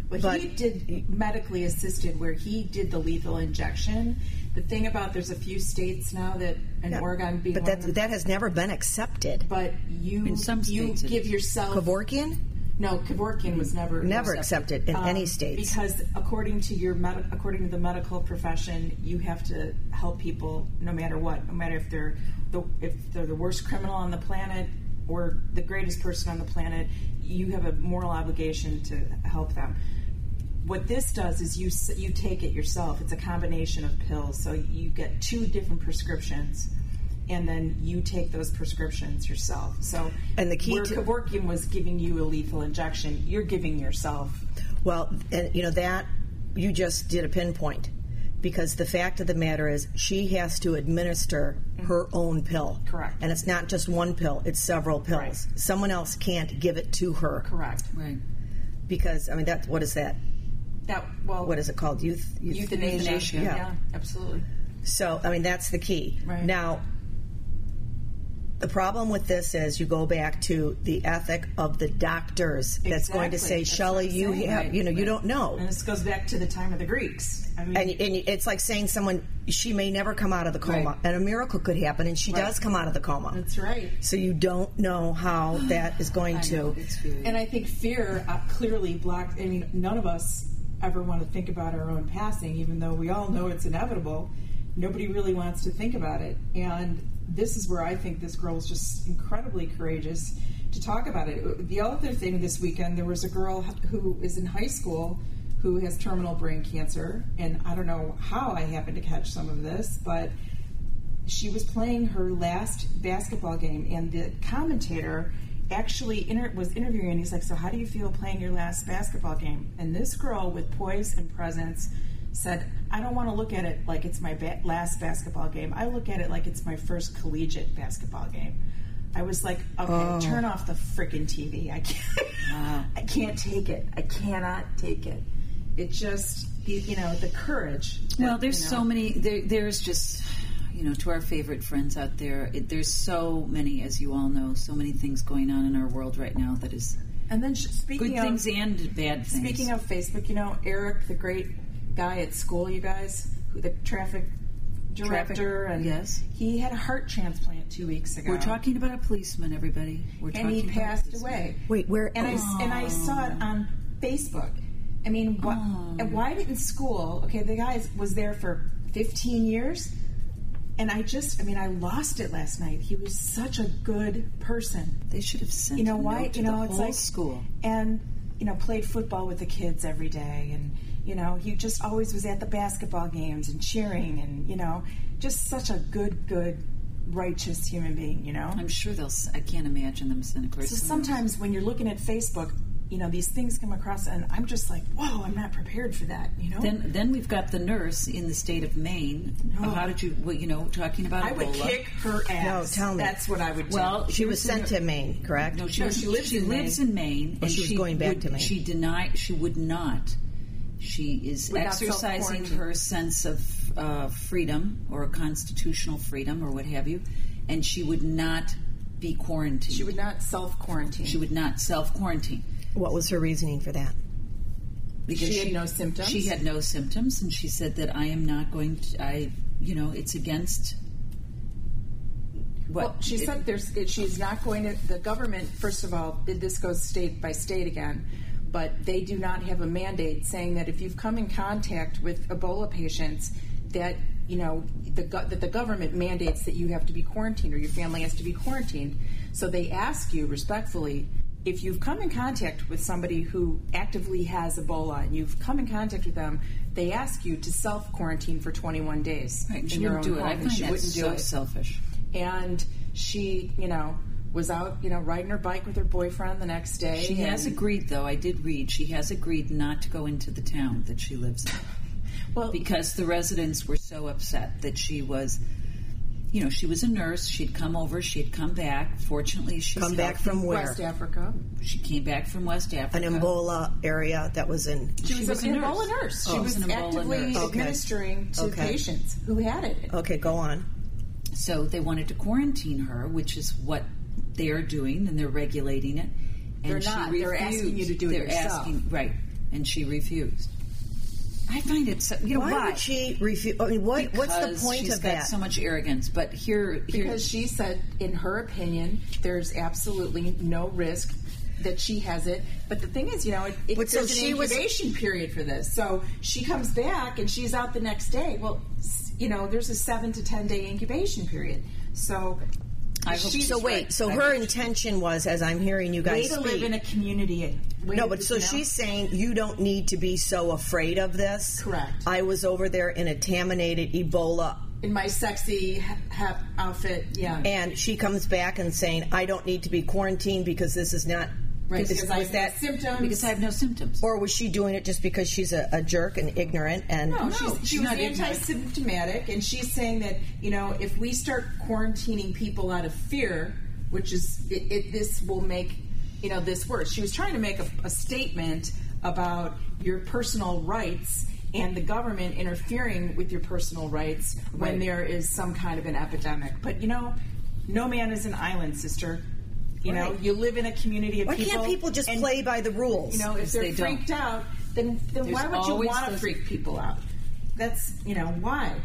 Speaker 4: But,
Speaker 2: But-
Speaker 4: he did medically assisted where he did the lethal injection. The thing about there's a few states now that and
Speaker 2: Yeah.
Speaker 4: Oregon being
Speaker 2: But
Speaker 4: one of
Speaker 2: that
Speaker 4: them,
Speaker 2: that has never been accepted.
Speaker 4: but you
Speaker 3: In some
Speaker 4: you
Speaker 3: states it
Speaker 4: give
Speaker 3: is.
Speaker 4: yourself
Speaker 2: Kevorkian
Speaker 4: no Kevorkian was never Um,
Speaker 2: never accepted in any states.
Speaker 4: because according to your med- according to the medical profession you have to help people no matter what no matter if they're the if they're the worst criminal on the planet or the greatest person on the planet you have a moral obligation to help them what this does is you s- you take it yourself it's a combination of pills so you get two different prescriptions and then you take those prescriptions yourself. So,
Speaker 2: And the key
Speaker 4: where
Speaker 2: to-
Speaker 4: Kevorkian was giving you a lethal injection, you're giving yourself
Speaker 2: Well, and you know that you just did a pinpoint because the fact of the matter is she has to administer her own pill.
Speaker 4: Mm-hmm. Correct.
Speaker 2: And it's not just one pill, it's several pills.
Speaker 4: Right.
Speaker 2: Someone else can't give it to her
Speaker 4: Correct.
Speaker 3: Right.
Speaker 2: because I mean that what is that?
Speaker 4: That well,
Speaker 2: What is it called? Youth, youth
Speaker 4: euthanasia?
Speaker 3: Euthanasia.
Speaker 4: Yeah.
Speaker 2: Yeah.
Speaker 4: absolutely.
Speaker 2: So, I mean, that's the key.
Speaker 4: Right.
Speaker 2: Now, the problem with this is you go back to the ethic of the doctors that's going to say,
Speaker 4: Exactly. That's
Speaker 2: Shelley,
Speaker 4: what I'm
Speaker 2: you
Speaker 4: saying.
Speaker 2: have,
Speaker 4: Right,
Speaker 2: you know, you don't know.
Speaker 4: And this goes back to the time of the Greeks. I mean,
Speaker 2: And, and it's like saying someone, she may never come out of the coma,
Speaker 4: Right.
Speaker 2: and a miracle could happen, and she does come out of the coma.
Speaker 4: that's right.
Speaker 2: so you don't know how that is going to.
Speaker 4: And I think fear uh, clearly blocks. I mean, none of us ever want to think about our own passing, even though we all know it's inevitable. Nobody really wants to think about it. And this is where I think this girl is just incredibly courageous to talk about it. The other thing this weekend, there was a girl who is in high school who has terminal brain cancer. And I don't know how I happened to catch some of this, but she was playing her last basketball game, and the commentator actually inter- was interviewing. And he's like, "So how do you feel playing your last basketball game?" And this girl, with poise and presence, said, "I don't want to look at it like it's my ba- last basketball game. I look at it like it's my first collegiate basketball game." I was like, "Okay,
Speaker 3: Oh.
Speaker 4: turn off the freaking TV. I can't. [laughs] I can't take it. I cannot take it. It just." You know the courage. that,
Speaker 3: Well, there's
Speaker 4: you know,
Speaker 3: so many. There, there's just, you know, to our favorite friends out there. It, there's so many, as you all know, so many things going on in our world right now that is
Speaker 4: And then sh- speaking
Speaker 3: good
Speaker 4: of
Speaker 3: things and bad things.
Speaker 4: Speaking of Facebook, you know, Eric, the great guy at school, you guys, who the traffic director, and
Speaker 3: yes.
Speaker 4: he had a heart transplant two weeks ago.
Speaker 3: we're talking about a policeman, everybody. We're
Speaker 4: and he
Speaker 3: talking about a
Speaker 4: passed
Speaker 3: policeman.
Speaker 4: away.
Speaker 2: Wait, where-
Speaker 4: And I s- and I saw it on Facebook. I mean, why, and why didn't school? Okay, the guy was there for 15 years, and I just, I mean, I lost it last night. He was such a good person
Speaker 3: They should have sent.
Speaker 4: you know
Speaker 3: a
Speaker 4: why
Speaker 3: note to
Speaker 4: you
Speaker 3: the
Speaker 4: know it's
Speaker 3: whole
Speaker 4: like
Speaker 3: school.
Speaker 4: and you know played football with the kids every day and you know he just always was at the basketball games and cheering and you know just such a good good righteous human being you know
Speaker 3: I'm sure they'll. s- I can't imagine them sending.
Speaker 4: so sometimes when you're looking at facebook you know these things come across and i'm just like whoa i'm not prepared for that you know
Speaker 3: Then, then we've got the nurse in the state of Maine.
Speaker 4: No.
Speaker 3: How did you, well, you know, talking about
Speaker 4: Oh. i would
Speaker 3: Ebola.
Speaker 4: kick her ass
Speaker 2: tell me.
Speaker 4: that's what i would do
Speaker 3: Well,
Speaker 2: She was
Speaker 3: here's
Speaker 2: sent
Speaker 3: the-
Speaker 2: to Maine, correct?
Speaker 3: No, she,
Speaker 4: No,
Speaker 3: was-
Speaker 4: she lives
Speaker 3: she
Speaker 4: in
Speaker 3: lives
Speaker 4: Maine.
Speaker 3: in Maine,
Speaker 2: Oh,
Speaker 3: and
Speaker 2: she was going back
Speaker 3: would-
Speaker 2: to Maine.
Speaker 3: She denied she would not. She is
Speaker 4: Would not
Speaker 3: exercising
Speaker 4: self-quarantine.
Speaker 3: her sense of uh, freedom or constitutional freedom or what have you, and she would not be quarantined.
Speaker 4: She would not self quarantine.
Speaker 3: she would not self quarantine
Speaker 2: What was her reasoning for that?
Speaker 3: because
Speaker 4: She had no symptoms?
Speaker 3: She had no symptoms, and she said that I am not going to. I, you know, it's against. What
Speaker 4: Well, she
Speaker 3: it-
Speaker 4: said there's, it- she's not going to, the government, first of all, did this goes state by state again, but they do not have a mandate saying that if you've come in contact with Ebola patients, that, you know, the, go- that the government mandates that you have to be quarantined or your family has to be quarantined. So they ask you respectfully, if you've come in contact with somebody who actively has Ebola and you've come in contact with them, they ask you to self quarantine for 21 days.
Speaker 3: Right, and
Speaker 4: in
Speaker 3: she
Speaker 4: your
Speaker 3: wouldn't
Speaker 4: own
Speaker 3: do it. I
Speaker 4: home, and
Speaker 3: find
Speaker 4: she
Speaker 3: that
Speaker 4: wouldn't do
Speaker 3: so
Speaker 4: it
Speaker 3: selfish.
Speaker 4: and she, you know, was out, you know, riding her bike with her boyfriend the next day.
Speaker 3: She has
Speaker 4: and-
Speaker 3: agreed, though. I did read she has agreed not to go into the town that she lives in
Speaker 4: well,
Speaker 3: because the residents were so upset that she was. You know, she was a nurse. She'd come over. She'd come back. Fortunately, she's
Speaker 2: Come back
Speaker 3: healthy.
Speaker 2: from where?
Speaker 4: West Africa.
Speaker 3: She came back from West
Speaker 2: An
Speaker 3: Africa.
Speaker 2: Ebola area that was in.
Speaker 4: She,
Speaker 3: She
Speaker 4: was,
Speaker 3: was
Speaker 4: an
Speaker 3: a nurse.
Speaker 4: Ebola nurse.
Speaker 3: Oh,
Speaker 4: she
Speaker 3: she
Speaker 4: was
Speaker 3: was an Ebola
Speaker 4: actively
Speaker 3: nurse.
Speaker 2: Okay.
Speaker 4: administering to
Speaker 2: Okay.
Speaker 4: patients who had it.
Speaker 2: Okay, go on.
Speaker 3: So they wanted to quarantine her, which is what they're doing, and they're regulating it. And
Speaker 4: They're not.
Speaker 3: She
Speaker 4: They're
Speaker 3: refused.
Speaker 4: asking you to do it
Speaker 3: They're
Speaker 4: yourself.
Speaker 3: asking- right, and she refused. I find it so. You know
Speaker 2: Why, would she refuse? I mean, what, what's the
Speaker 3: Because
Speaker 2: point
Speaker 3: she's
Speaker 2: of
Speaker 3: got
Speaker 2: that?
Speaker 3: So much arrogance, but here, here
Speaker 4: Because she said, in her opinion, there's absolutely no risk that she has it. But the thing is, you know, it, it,
Speaker 2: But
Speaker 4: there's
Speaker 2: so
Speaker 4: an
Speaker 2: she was-
Speaker 4: incubation period for this. So she comes back and she's out the next day. Well, s- you know, there's a seven to ten day incubation period. So
Speaker 3: I hope
Speaker 4: she's
Speaker 2: so wait,
Speaker 4: right.
Speaker 2: so
Speaker 3: I
Speaker 2: her
Speaker 3: hope-
Speaker 2: intention was, as I'm hearing you
Speaker 4: way
Speaker 2: guys
Speaker 4: to
Speaker 2: speak,
Speaker 4: live in a community. way
Speaker 2: No,
Speaker 4: to-
Speaker 2: but so
Speaker 4: you know?
Speaker 2: she's saying you don't need to be so afraid of this.
Speaker 4: Correct.
Speaker 2: I was over there in a contaminated Ebola,
Speaker 4: in my sexy ha- ha- outfit. Yeah,
Speaker 2: and she comes back and saying I don't need to be quarantined because this is not.
Speaker 4: right.
Speaker 2: is-
Speaker 4: Because I
Speaker 2: was
Speaker 4: have
Speaker 2: that,
Speaker 4: symptoms.
Speaker 3: because I have no symptoms.
Speaker 2: or was she doing it just because she's a, a jerk and ignorant? And
Speaker 4: No,
Speaker 3: No,
Speaker 4: she's, she
Speaker 3: she's
Speaker 4: was
Speaker 3: not ignorant.
Speaker 4: anti-symptomatic, and she's saying that you know if we start quarantining people out of fear, which is it, it, this will make you know this worse. She was trying to make a, a statement about your personal rights and the government interfering with your personal rights when there is some kind of an epidemic. But you know, no man is an island, sister. You know,
Speaker 2: Right.
Speaker 4: you live in a community of
Speaker 2: why
Speaker 4: people.
Speaker 2: can't people just
Speaker 4: and,
Speaker 2: play by the rules?
Speaker 4: You know, if
Speaker 3: Yes,
Speaker 4: they're
Speaker 3: they don't.
Speaker 4: freaked out, then then
Speaker 3: There's
Speaker 4: why would you
Speaker 3: always
Speaker 4: want to
Speaker 3: those-
Speaker 4: freak people out? That's you know why.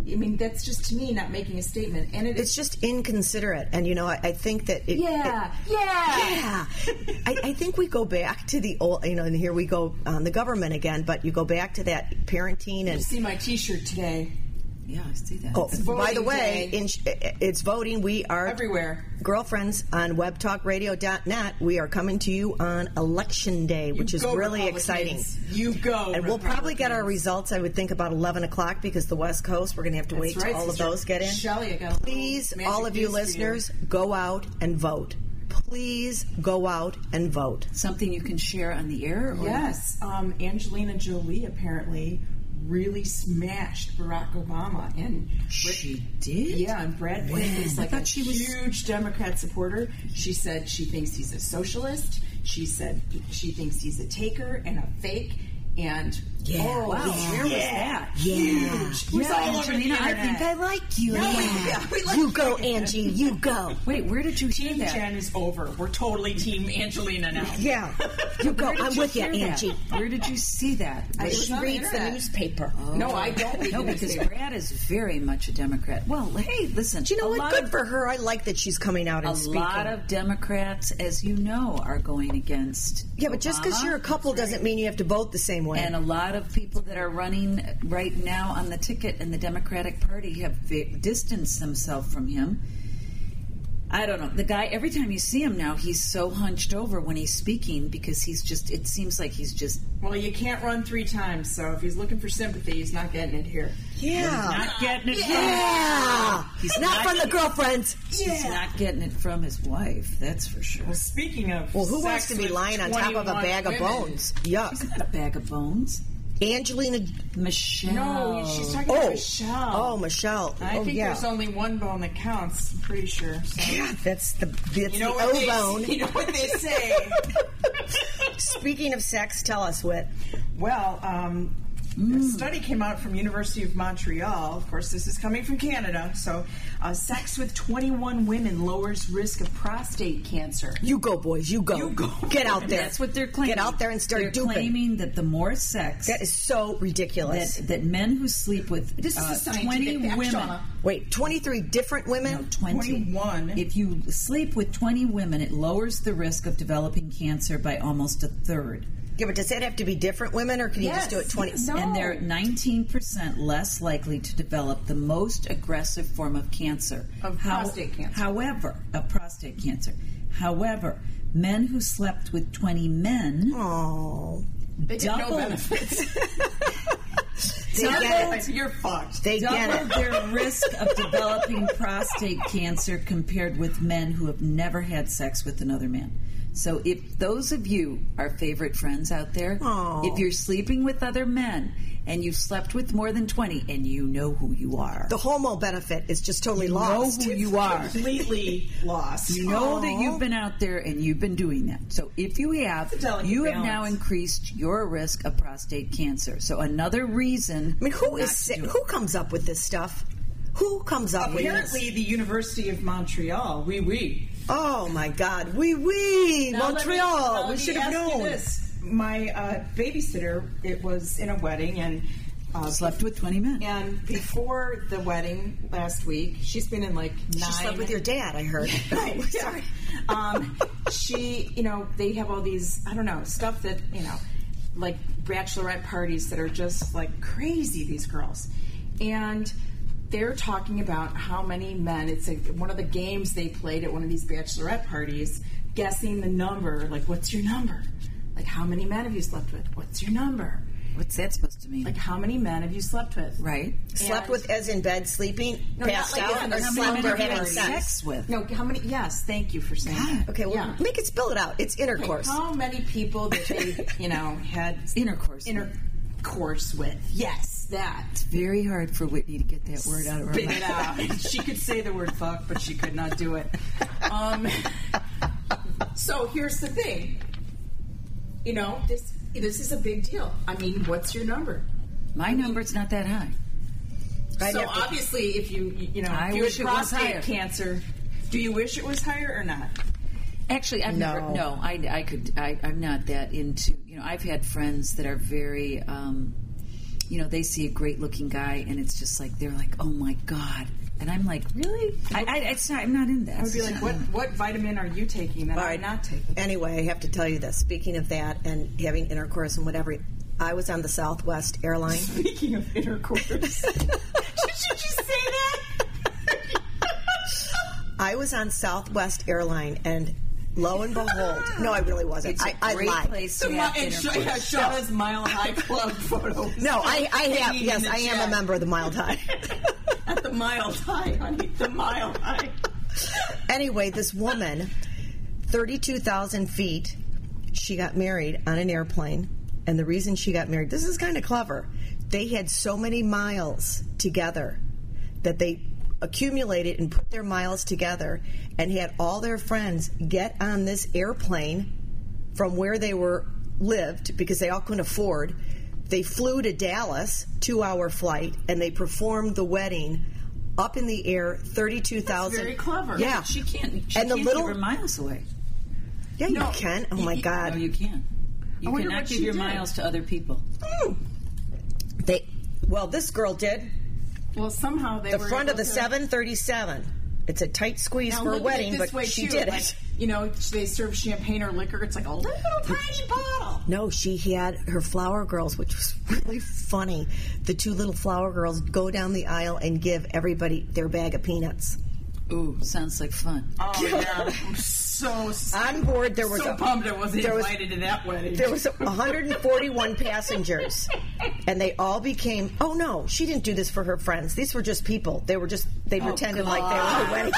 Speaker 4: I mean, that's just to me not making a statement, and it
Speaker 2: it's
Speaker 4: is.
Speaker 2: just inconsiderate. And you know, I, I think that it, it-
Speaker 4: Yeah, yeah.
Speaker 2: Yeah, [laughs] I, I think we go back to the old, you know, and here we go on the government again. But you go back to that parenting and.
Speaker 4: See my T-shirt today
Speaker 3: yeah, I see that.
Speaker 2: Oh, by
Speaker 4: voting
Speaker 2: the way,
Speaker 4: day.
Speaker 2: in, eh, it's voting. We are
Speaker 4: everywhere.
Speaker 2: girlfriends on WebTalkRadio.net. We are coming to you on election day, which is
Speaker 4: Go,
Speaker 2: really
Speaker 4: Republicans.
Speaker 2: exciting.
Speaker 4: You go,
Speaker 2: And we'll probably get our results. I would think about eleven o'clock because the West Coast. We're going to have to wait till all of those get in.
Speaker 4: Shelly, I got a little
Speaker 2: Please,
Speaker 4: magic
Speaker 2: all of you
Speaker 4: news for
Speaker 2: listeners, go out and vote. Please go out and vote.
Speaker 3: Something you can share on the air? Or
Speaker 4: Yes, um, Angelina Jolie apparently really smashed Barack Obama, and
Speaker 3: She did?
Speaker 4: Yeah, and Brad Pitt is
Speaker 3: I
Speaker 4: like a
Speaker 3: thought she was-
Speaker 4: huge Democrat supporter. She said she thinks he's a socialist. She said she thinks he's a taker and a fake. And
Speaker 2: Yeah.
Speaker 4: oh
Speaker 2: Wow.
Speaker 4: where was that?
Speaker 2: Yeah.
Speaker 4: Huge. It was
Speaker 3: Yeah,
Speaker 4: all over the
Speaker 3: Angelina, I
Speaker 4: internet.
Speaker 3: think I
Speaker 2: like you.
Speaker 4: yeah, [laughs] we like
Speaker 2: you go, Angie. You
Speaker 4: [laughs]
Speaker 2: go.
Speaker 3: Wait, where did you hear
Speaker 4: Team
Speaker 3: that?
Speaker 4: Jen is over. We're totally Team Angelina now. [laughs]
Speaker 2: Yeah, you go.
Speaker 3: Where did
Speaker 2: I'm with you,
Speaker 3: hear that?
Speaker 2: Angie.
Speaker 3: Where did you see that?
Speaker 4: I-
Speaker 3: Was
Speaker 4: it was
Speaker 2: She
Speaker 4: on the
Speaker 2: reads the
Speaker 4: internet.
Speaker 2: newspaper.
Speaker 4: No, I don't. read
Speaker 3: Oh. No,
Speaker 4: the
Speaker 3: because
Speaker 4: newspaper.
Speaker 3: Brad is very much a Democrat. Well, hey, listen.
Speaker 2: Do you know
Speaker 3: a
Speaker 2: what?
Speaker 3: lot
Speaker 2: Good
Speaker 3: of-
Speaker 2: for her. I like that she's coming out and
Speaker 3: A
Speaker 2: speaking.
Speaker 3: lot of Democrats, as you know, are going against.
Speaker 2: yeah, but just because
Speaker 3: Obama,
Speaker 2: you're a couple doesn't mean you have to vote the same way.
Speaker 3: And a lot of people that are running right now on the ticket in the Democratic Party have vi- distanced themselves from him. I don't know. The guy, every time you see him now, he's so hunched over when he's speaking because he's just, it seems like he's just
Speaker 4: Well, you can't run three times, so if he's looking for sympathy, he's not getting it here.
Speaker 2: yeah,
Speaker 3: not getting it.
Speaker 2: yeah.
Speaker 3: He's
Speaker 2: not
Speaker 3: not-
Speaker 2: from the girlfriends.
Speaker 3: He's not getting it from his wife, that's for sure.
Speaker 4: Well, speaking of,
Speaker 2: Well, who wants
Speaker 4: sex
Speaker 2: to be
Speaker 4: with
Speaker 2: lying on top of a
Speaker 4: 21
Speaker 2: bag of
Speaker 4: women,
Speaker 2: bones? Yuck.
Speaker 3: Not a bag of bones.
Speaker 2: Angelina.
Speaker 3: Michelle.
Speaker 4: No, she's talking about
Speaker 2: Oh,
Speaker 4: Michelle.
Speaker 2: Oh, Michelle.
Speaker 4: I
Speaker 2: oh,
Speaker 4: think
Speaker 2: yeah.
Speaker 4: there's only one bone that counts. I'm pretty sure. So.
Speaker 2: God, that's the that's the
Speaker 4: they,
Speaker 2: O
Speaker 5: [laughs]
Speaker 2: bone.
Speaker 4: You know what they say.
Speaker 2: Speaking of sex, tell us what.
Speaker 4: well, um,
Speaker 5: A
Speaker 2: Mm.
Speaker 5: study came out from University of Montreal. Of course, this is coming from Canada. So, uh, sex with 21 women lowers risk of prostate cancer.
Speaker 2: You go, boys. You go.
Speaker 5: You go.
Speaker 2: Get out there.
Speaker 3: That's what they're claiming.
Speaker 2: Get out there and start
Speaker 3: They're
Speaker 2: duping.
Speaker 3: claiming that the more sex
Speaker 2: that is so ridiculous.
Speaker 3: that, that men who sleep with
Speaker 5: This is
Speaker 3: uh,
Speaker 5: a
Speaker 3: 20
Speaker 5: scientific fact,
Speaker 3: women,
Speaker 5: Shauna.
Speaker 2: Wait, 23 different women?
Speaker 3: uh, no, 20.
Speaker 5: 21.
Speaker 3: If you sleep with 20 women, it lowers the risk of developing cancer by almost a third.
Speaker 2: Yeah, but does that have to be different women or can you just do it 20?
Speaker 3: And they're
Speaker 5: Oh.
Speaker 3: 19% less likely to develop the most aggressive form of cancer.
Speaker 4: Of prostate cancer.
Speaker 3: However, of prostate cancer. However, men who slept with 20 men
Speaker 2: Oh,
Speaker 4: They get no
Speaker 3: doubled,
Speaker 4: benefits.
Speaker 2: they get it.
Speaker 5: You're fucked.
Speaker 2: They get
Speaker 3: doubled
Speaker 2: it.
Speaker 3: their risk of developing prostate cancer compared with men who have never had sex with another man. So, if those of you, our favorite friends out there,
Speaker 2: Aw.
Speaker 3: if you're sleeping with other men and you've slept with more than 20 and you know who you are,
Speaker 2: The homo benefit is just totally
Speaker 3: you know
Speaker 2: lost.
Speaker 3: who you are.
Speaker 5: Completely [laughs] lost.
Speaker 3: You know that you've been out there and you've been doing that. So if you have,
Speaker 5: delicate
Speaker 3: you have
Speaker 5: balance.
Speaker 3: now increased your risk of prostate cancer. So another reason.
Speaker 2: I mean, who
Speaker 3: not
Speaker 2: is
Speaker 3: to
Speaker 2: sick?
Speaker 3: do it.
Speaker 2: Who comes up with this stuff? Who comes up with this?
Speaker 5: Apparently, the University of Montreal. We we.
Speaker 2: Oh my God! We we
Speaker 4: Now let me-
Speaker 2: Montreal.
Speaker 4: now
Speaker 2: we
Speaker 4: let
Speaker 2: should
Speaker 4: me
Speaker 2: have
Speaker 4: ask you
Speaker 2: known.
Speaker 5: This my uh, babysitter. It was in a wedding and. Uh,
Speaker 3: slept with 20 men?
Speaker 5: And before the wedding last week, she's been in like nine.
Speaker 2: She slept with your dad. I heard. [laughs]
Speaker 5: Right, sorry.
Speaker 4: [laughs] um, she, you know, they have all these, I don't know, stuff that, you know, like bachelorette parties that are just like crazy, these girls. And they're talking about how many men, it's like one of the games they played at one of these bachelorette parties, guessing the number, like, what's your number? Like, how many men have you slept with? What's your number?
Speaker 3: What's that supposed to mean?
Speaker 4: Like, how many men have you slept with?
Speaker 3: right?
Speaker 2: slept with as in bed, sleeping,
Speaker 4: No, not
Speaker 2: passed
Speaker 4: like
Speaker 2: out,
Speaker 4: that.
Speaker 2: or
Speaker 4: How many
Speaker 2: slept
Speaker 4: men
Speaker 2: or
Speaker 4: have you
Speaker 2: having
Speaker 4: had
Speaker 2: sex.
Speaker 3: Sex with.
Speaker 4: No, how many? Yes, thank you for saying that.
Speaker 2: Okay, well,
Speaker 4: Yeah.
Speaker 2: make it spill it out. It's intercourse.
Speaker 4: How many people that they, you know, had
Speaker 3: Intercourse.
Speaker 4: intercourse with? Yes, that.
Speaker 3: Very hard for Whitney to get that word out of her
Speaker 4: Spit
Speaker 3: mouth.
Speaker 4: it out. she could say the word fuck, but she could not do it. Um, so here's the thing. You know, this this is a big deal. I mean, what's your number?
Speaker 3: My number's not that high.
Speaker 2: I'd
Speaker 4: so
Speaker 2: have to-
Speaker 4: obviously, if you you know,
Speaker 3: I
Speaker 4: if you
Speaker 3: wish it
Speaker 4: had
Speaker 3: was
Speaker 4: prostate
Speaker 3: higher.
Speaker 4: cancer, do you wish it was higher or not?
Speaker 3: Actually, I've
Speaker 2: No.
Speaker 3: never. No, I, I could. I, I'm not that into. You know, I've had friends that are very. Um, you know, they see a great-looking guy, and it's just like they're like, "Oh my god," and I'm like, "Really?" I, I it's not. I'm not in that.
Speaker 4: I would be like, what what vitamin are you taking that
Speaker 2: All
Speaker 4: I'm
Speaker 2: right.
Speaker 4: not taking?
Speaker 2: Anyway, I have to tell you this. Speaking of that and having intercourse and whatever, I was on the Southwest airline.
Speaker 5: [laughs] Speaking of intercourse, should you say that?
Speaker 2: [laughs] I was on Southwest airline, and lo and behold, no, I really wasn't.
Speaker 3: It's a
Speaker 2: I, I
Speaker 3: great
Speaker 2: lied.
Speaker 3: place
Speaker 5: So
Speaker 3: to
Speaker 5: my,
Speaker 3: have
Speaker 5: and Sha- yeah,
Speaker 3: intercourse.
Speaker 5: Shauna's Mile High Club [laughs] photo.
Speaker 2: No, I, I have.
Speaker 5: Hanging
Speaker 2: Yes,
Speaker 5: in the
Speaker 2: I am
Speaker 5: chat.
Speaker 2: a member of the Mild High.
Speaker 5: At the Mile High, honey. The Mile High.
Speaker 2: anyway, this woman, 32,000 feet, she got married on an airplane. And the reason she got married, this is kind of clever. They had so many miles together that they accumulated and put their miles together and had all their friends get on this airplane from where they were lived because they all couldn't afford. They flew to Dallas, two hour flight, and they performed the wedding up in the air, 32,000.
Speaker 4: That's very clever.
Speaker 2: Yeah.
Speaker 3: She can't. She
Speaker 2: and the
Speaker 3: can't
Speaker 2: little.
Speaker 3: give her miles away.
Speaker 2: yeah,
Speaker 4: No.
Speaker 2: you can. Oh my
Speaker 3: No,
Speaker 2: God.
Speaker 3: you can't. You
Speaker 4: wonder
Speaker 3: cannot
Speaker 4: what
Speaker 3: give
Speaker 4: she
Speaker 3: your
Speaker 4: did.
Speaker 3: miles to other people.
Speaker 2: they. Well, this girl did.
Speaker 4: Well, somehow they
Speaker 2: The
Speaker 4: were
Speaker 2: front of the
Speaker 4: able to-
Speaker 2: 737. It's a tight squeeze
Speaker 4: Now,
Speaker 2: for a
Speaker 4: look at it
Speaker 2: wedding,
Speaker 4: this
Speaker 2: but
Speaker 4: way,
Speaker 2: she
Speaker 4: too.
Speaker 2: did
Speaker 4: Like,
Speaker 2: it.
Speaker 4: You know, they serve champagne or liquor. It's like a
Speaker 2: [laughs]
Speaker 4: little tiny bottle.
Speaker 2: No, she had her flower girls, which was [laughs] really funny. The two little flower girls go down the aisle and give everybody their bag of peanuts.
Speaker 3: Ooh, sounds like fun.
Speaker 5: Oh, yeah. I'm so, so
Speaker 2: On board, there was a,
Speaker 5: pumped I wasn't
Speaker 2: there was-
Speaker 5: invited to that wedding.
Speaker 2: there was 141 passengers, and they all became. Oh no, she didn't do this for her friends. These were just people. They were just they pretended like they were at a wedding.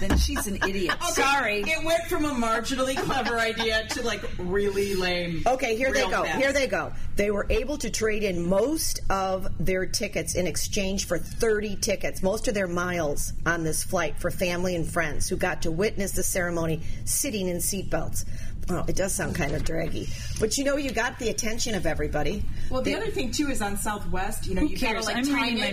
Speaker 3: then she's an idiot.
Speaker 4: Oh,
Speaker 3: Sorry.
Speaker 5: It went from a marginally clever idea to like really lame.
Speaker 2: Okay, here
Speaker 5: real
Speaker 2: they go.
Speaker 5: fast.
Speaker 2: Here they go. They were able to trade in most of their tickets in exchange for 30 tickets, most of their miles on this flight for family and friends who got to witness the ceremony sitting in seatbelts. Well, it does sound kind of draggy, but you know, you got the attention of everybody.
Speaker 4: Well, the
Speaker 2: They-
Speaker 4: other thing too is on Southwest. You know, you gotta
Speaker 3: cares?
Speaker 4: like
Speaker 3: I'm
Speaker 4: time
Speaker 3: reading
Speaker 4: it
Speaker 3: my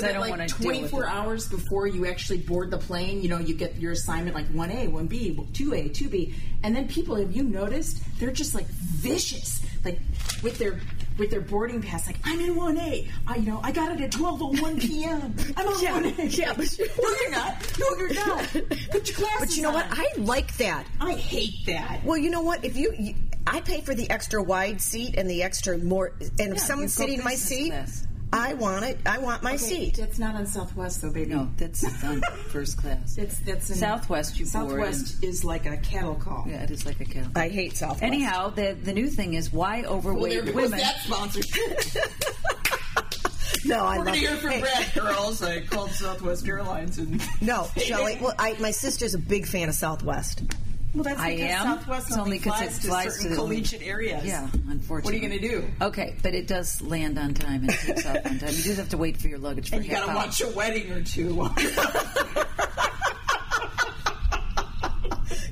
Speaker 4: So
Speaker 3: I
Speaker 4: that,
Speaker 3: don't
Speaker 4: like,
Speaker 3: wanna deal with
Speaker 4: 24
Speaker 3: it.
Speaker 4: hours before you actually board the plane. You know, you get your assignment like one A, one B, two A, two B, and then people have you noticed they're just like vicious, like with their with their boarding pass. Like I'm in one A. I you know I got it at 12:01 p.m. I'm on one A.
Speaker 2: yeah, but you-
Speaker 4: [laughs] no, you're not. No, you're not. Put your glasses.
Speaker 2: But you know what?
Speaker 4: on.
Speaker 2: I like that.
Speaker 4: I hate that.
Speaker 2: Well, you know what? If you, you I pay for the extra wide seat and the extra more, and if someone's
Speaker 3: you go
Speaker 2: sitting in my
Speaker 3: business
Speaker 2: seat,
Speaker 3: class.
Speaker 2: I want it. I want my seat.
Speaker 4: That's not on Southwest though, baby.
Speaker 3: No, that's on first class.
Speaker 4: That's that's in
Speaker 3: Southwest you board
Speaker 4: Southwest is like a cattle call.
Speaker 3: Yeah, it is like a cow.
Speaker 2: I hate Southwest.
Speaker 3: Anyhow, the the new thing is why
Speaker 4: Well,
Speaker 3: overweight
Speaker 4: there goes
Speaker 3: women.
Speaker 4: that sponsorship.
Speaker 2: no, I
Speaker 5: [laughs] We're
Speaker 2: love.
Speaker 5: gonna hear from
Speaker 2: hey,
Speaker 5: Brad Girls. I called Southwest
Speaker 3: [laughs]
Speaker 5: Airlines and [laughs]
Speaker 2: No, Shelley. Well, I, my sister's a big fan of Southwest.
Speaker 5: well, that's
Speaker 3: I
Speaker 5: because
Speaker 3: am.
Speaker 5: Southwest
Speaker 3: It's only 'cause
Speaker 5: flies
Speaker 3: it flies
Speaker 5: to
Speaker 3: to
Speaker 5: certain
Speaker 3: the-
Speaker 5: collegiate areas.
Speaker 3: Yeah,
Speaker 5: What are
Speaker 3: unfortunately.
Speaker 5: you gonna do?
Speaker 3: Okay, but it does land on time and takes off on time. You do have to wait for your luggage for
Speaker 5: You
Speaker 3: half
Speaker 5: gotta
Speaker 3: hour.
Speaker 5: watch a wedding or two. [laughs]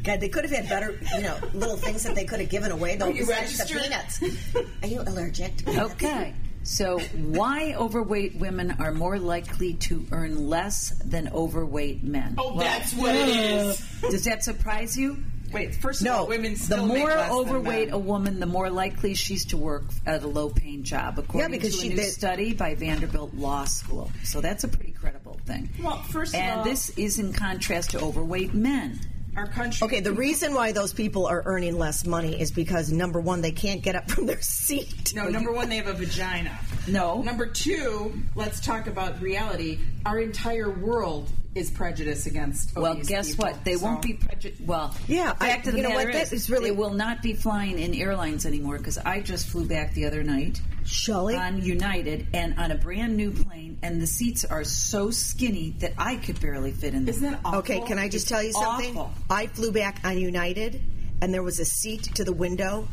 Speaker 2: God, they could have had better, you know, little things that they could have given away though.
Speaker 5: you
Speaker 2: besides the peanuts.
Speaker 5: registered? [laughs]
Speaker 2: Are you allergic? to peanuts?
Speaker 3: Okay. So, why overweight women are more likely to earn less than overweight men?
Speaker 5: oh,
Speaker 3: Well,
Speaker 5: that's what it is.
Speaker 3: Does that surprise you?
Speaker 5: Wait, first of
Speaker 2: No,
Speaker 5: all, women still
Speaker 3: the
Speaker 5: make
Speaker 3: more
Speaker 5: less than
Speaker 3: overweight
Speaker 5: men.
Speaker 3: a woman, the more likely she's to work at a low-paying job, according
Speaker 2: because
Speaker 3: to a
Speaker 2: she
Speaker 3: new
Speaker 2: did-
Speaker 3: study by Vanderbilt Law School. So that's a pretty credible thing.
Speaker 5: Well, first of
Speaker 3: and
Speaker 5: all-
Speaker 3: this is in contrast to overweight men.
Speaker 5: our country.
Speaker 2: Okay, the reason why those people are earning less money is because number one, they can't get up from their seat.
Speaker 5: No, number one, they have a vagina.
Speaker 3: No.
Speaker 5: Number two,
Speaker 4: Let's talk about reality. Our entire world is prejudiced against.
Speaker 3: Well,
Speaker 4: obese
Speaker 3: guess
Speaker 4: people,
Speaker 3: what? They
Speaker 4: so-
Speaker 3: won't be prejudiced. Well,
Speaker 2: Yeah,
Speaker 3: the fact
Speaker 2: I-
Speaker 3: of the
Speaker 2: you know
Speaker 3: matter
Speaker 2: what? That is really-
Speaker 3: they will not be flying in airlines anymore because I just flew back the other night
Speaker 2: Shelley?
Speaker 3: on United and on a brand new plane, and the seats are so skinny that I could barely fit in. Them.
Speaker 4: Isn't that awful?
Speaker 2: Okay, can I just tell you something?
Speaker 3: awful.
Speaker 2: I flew back on United, and there was a seat to the window,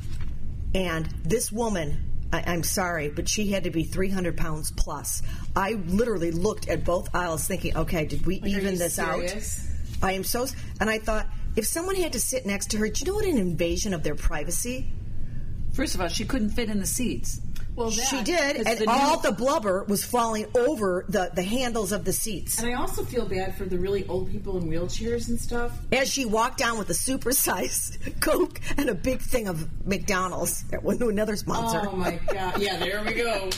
Speaker 2: and this woman. I, I'm sorry, but she had to be 300 pounds plus. I literally looked at both aisles, thinking, "Okay, did we even
Speaker 4: you
Speaker 2: this
Speaker 4: serious?
Speaker 2: out?" I am so. s- And I thought, if someone had to sit next to her, do you know what an invasion of their privacy?
Speaker 3: First of all, she couldn't fit in the seats.
Speaker 4: Well, that,
Speaker 2: She did,
Speaker 3: It's
Speaker 2: and
Speaker 3: the new-
Speaker 2: all the blubber was falling over the, the handles of the seats.
Speaker 4: And I also feel bad for the really old people in wheelchairs and stuff.
Speaker 2: As she walked down with a supersized [laughs] Coke and a big thing of McDonald's, that went to another sponsor. [laughs]
Speaker 4: Oh my god! Yeah, there we [laughs] go.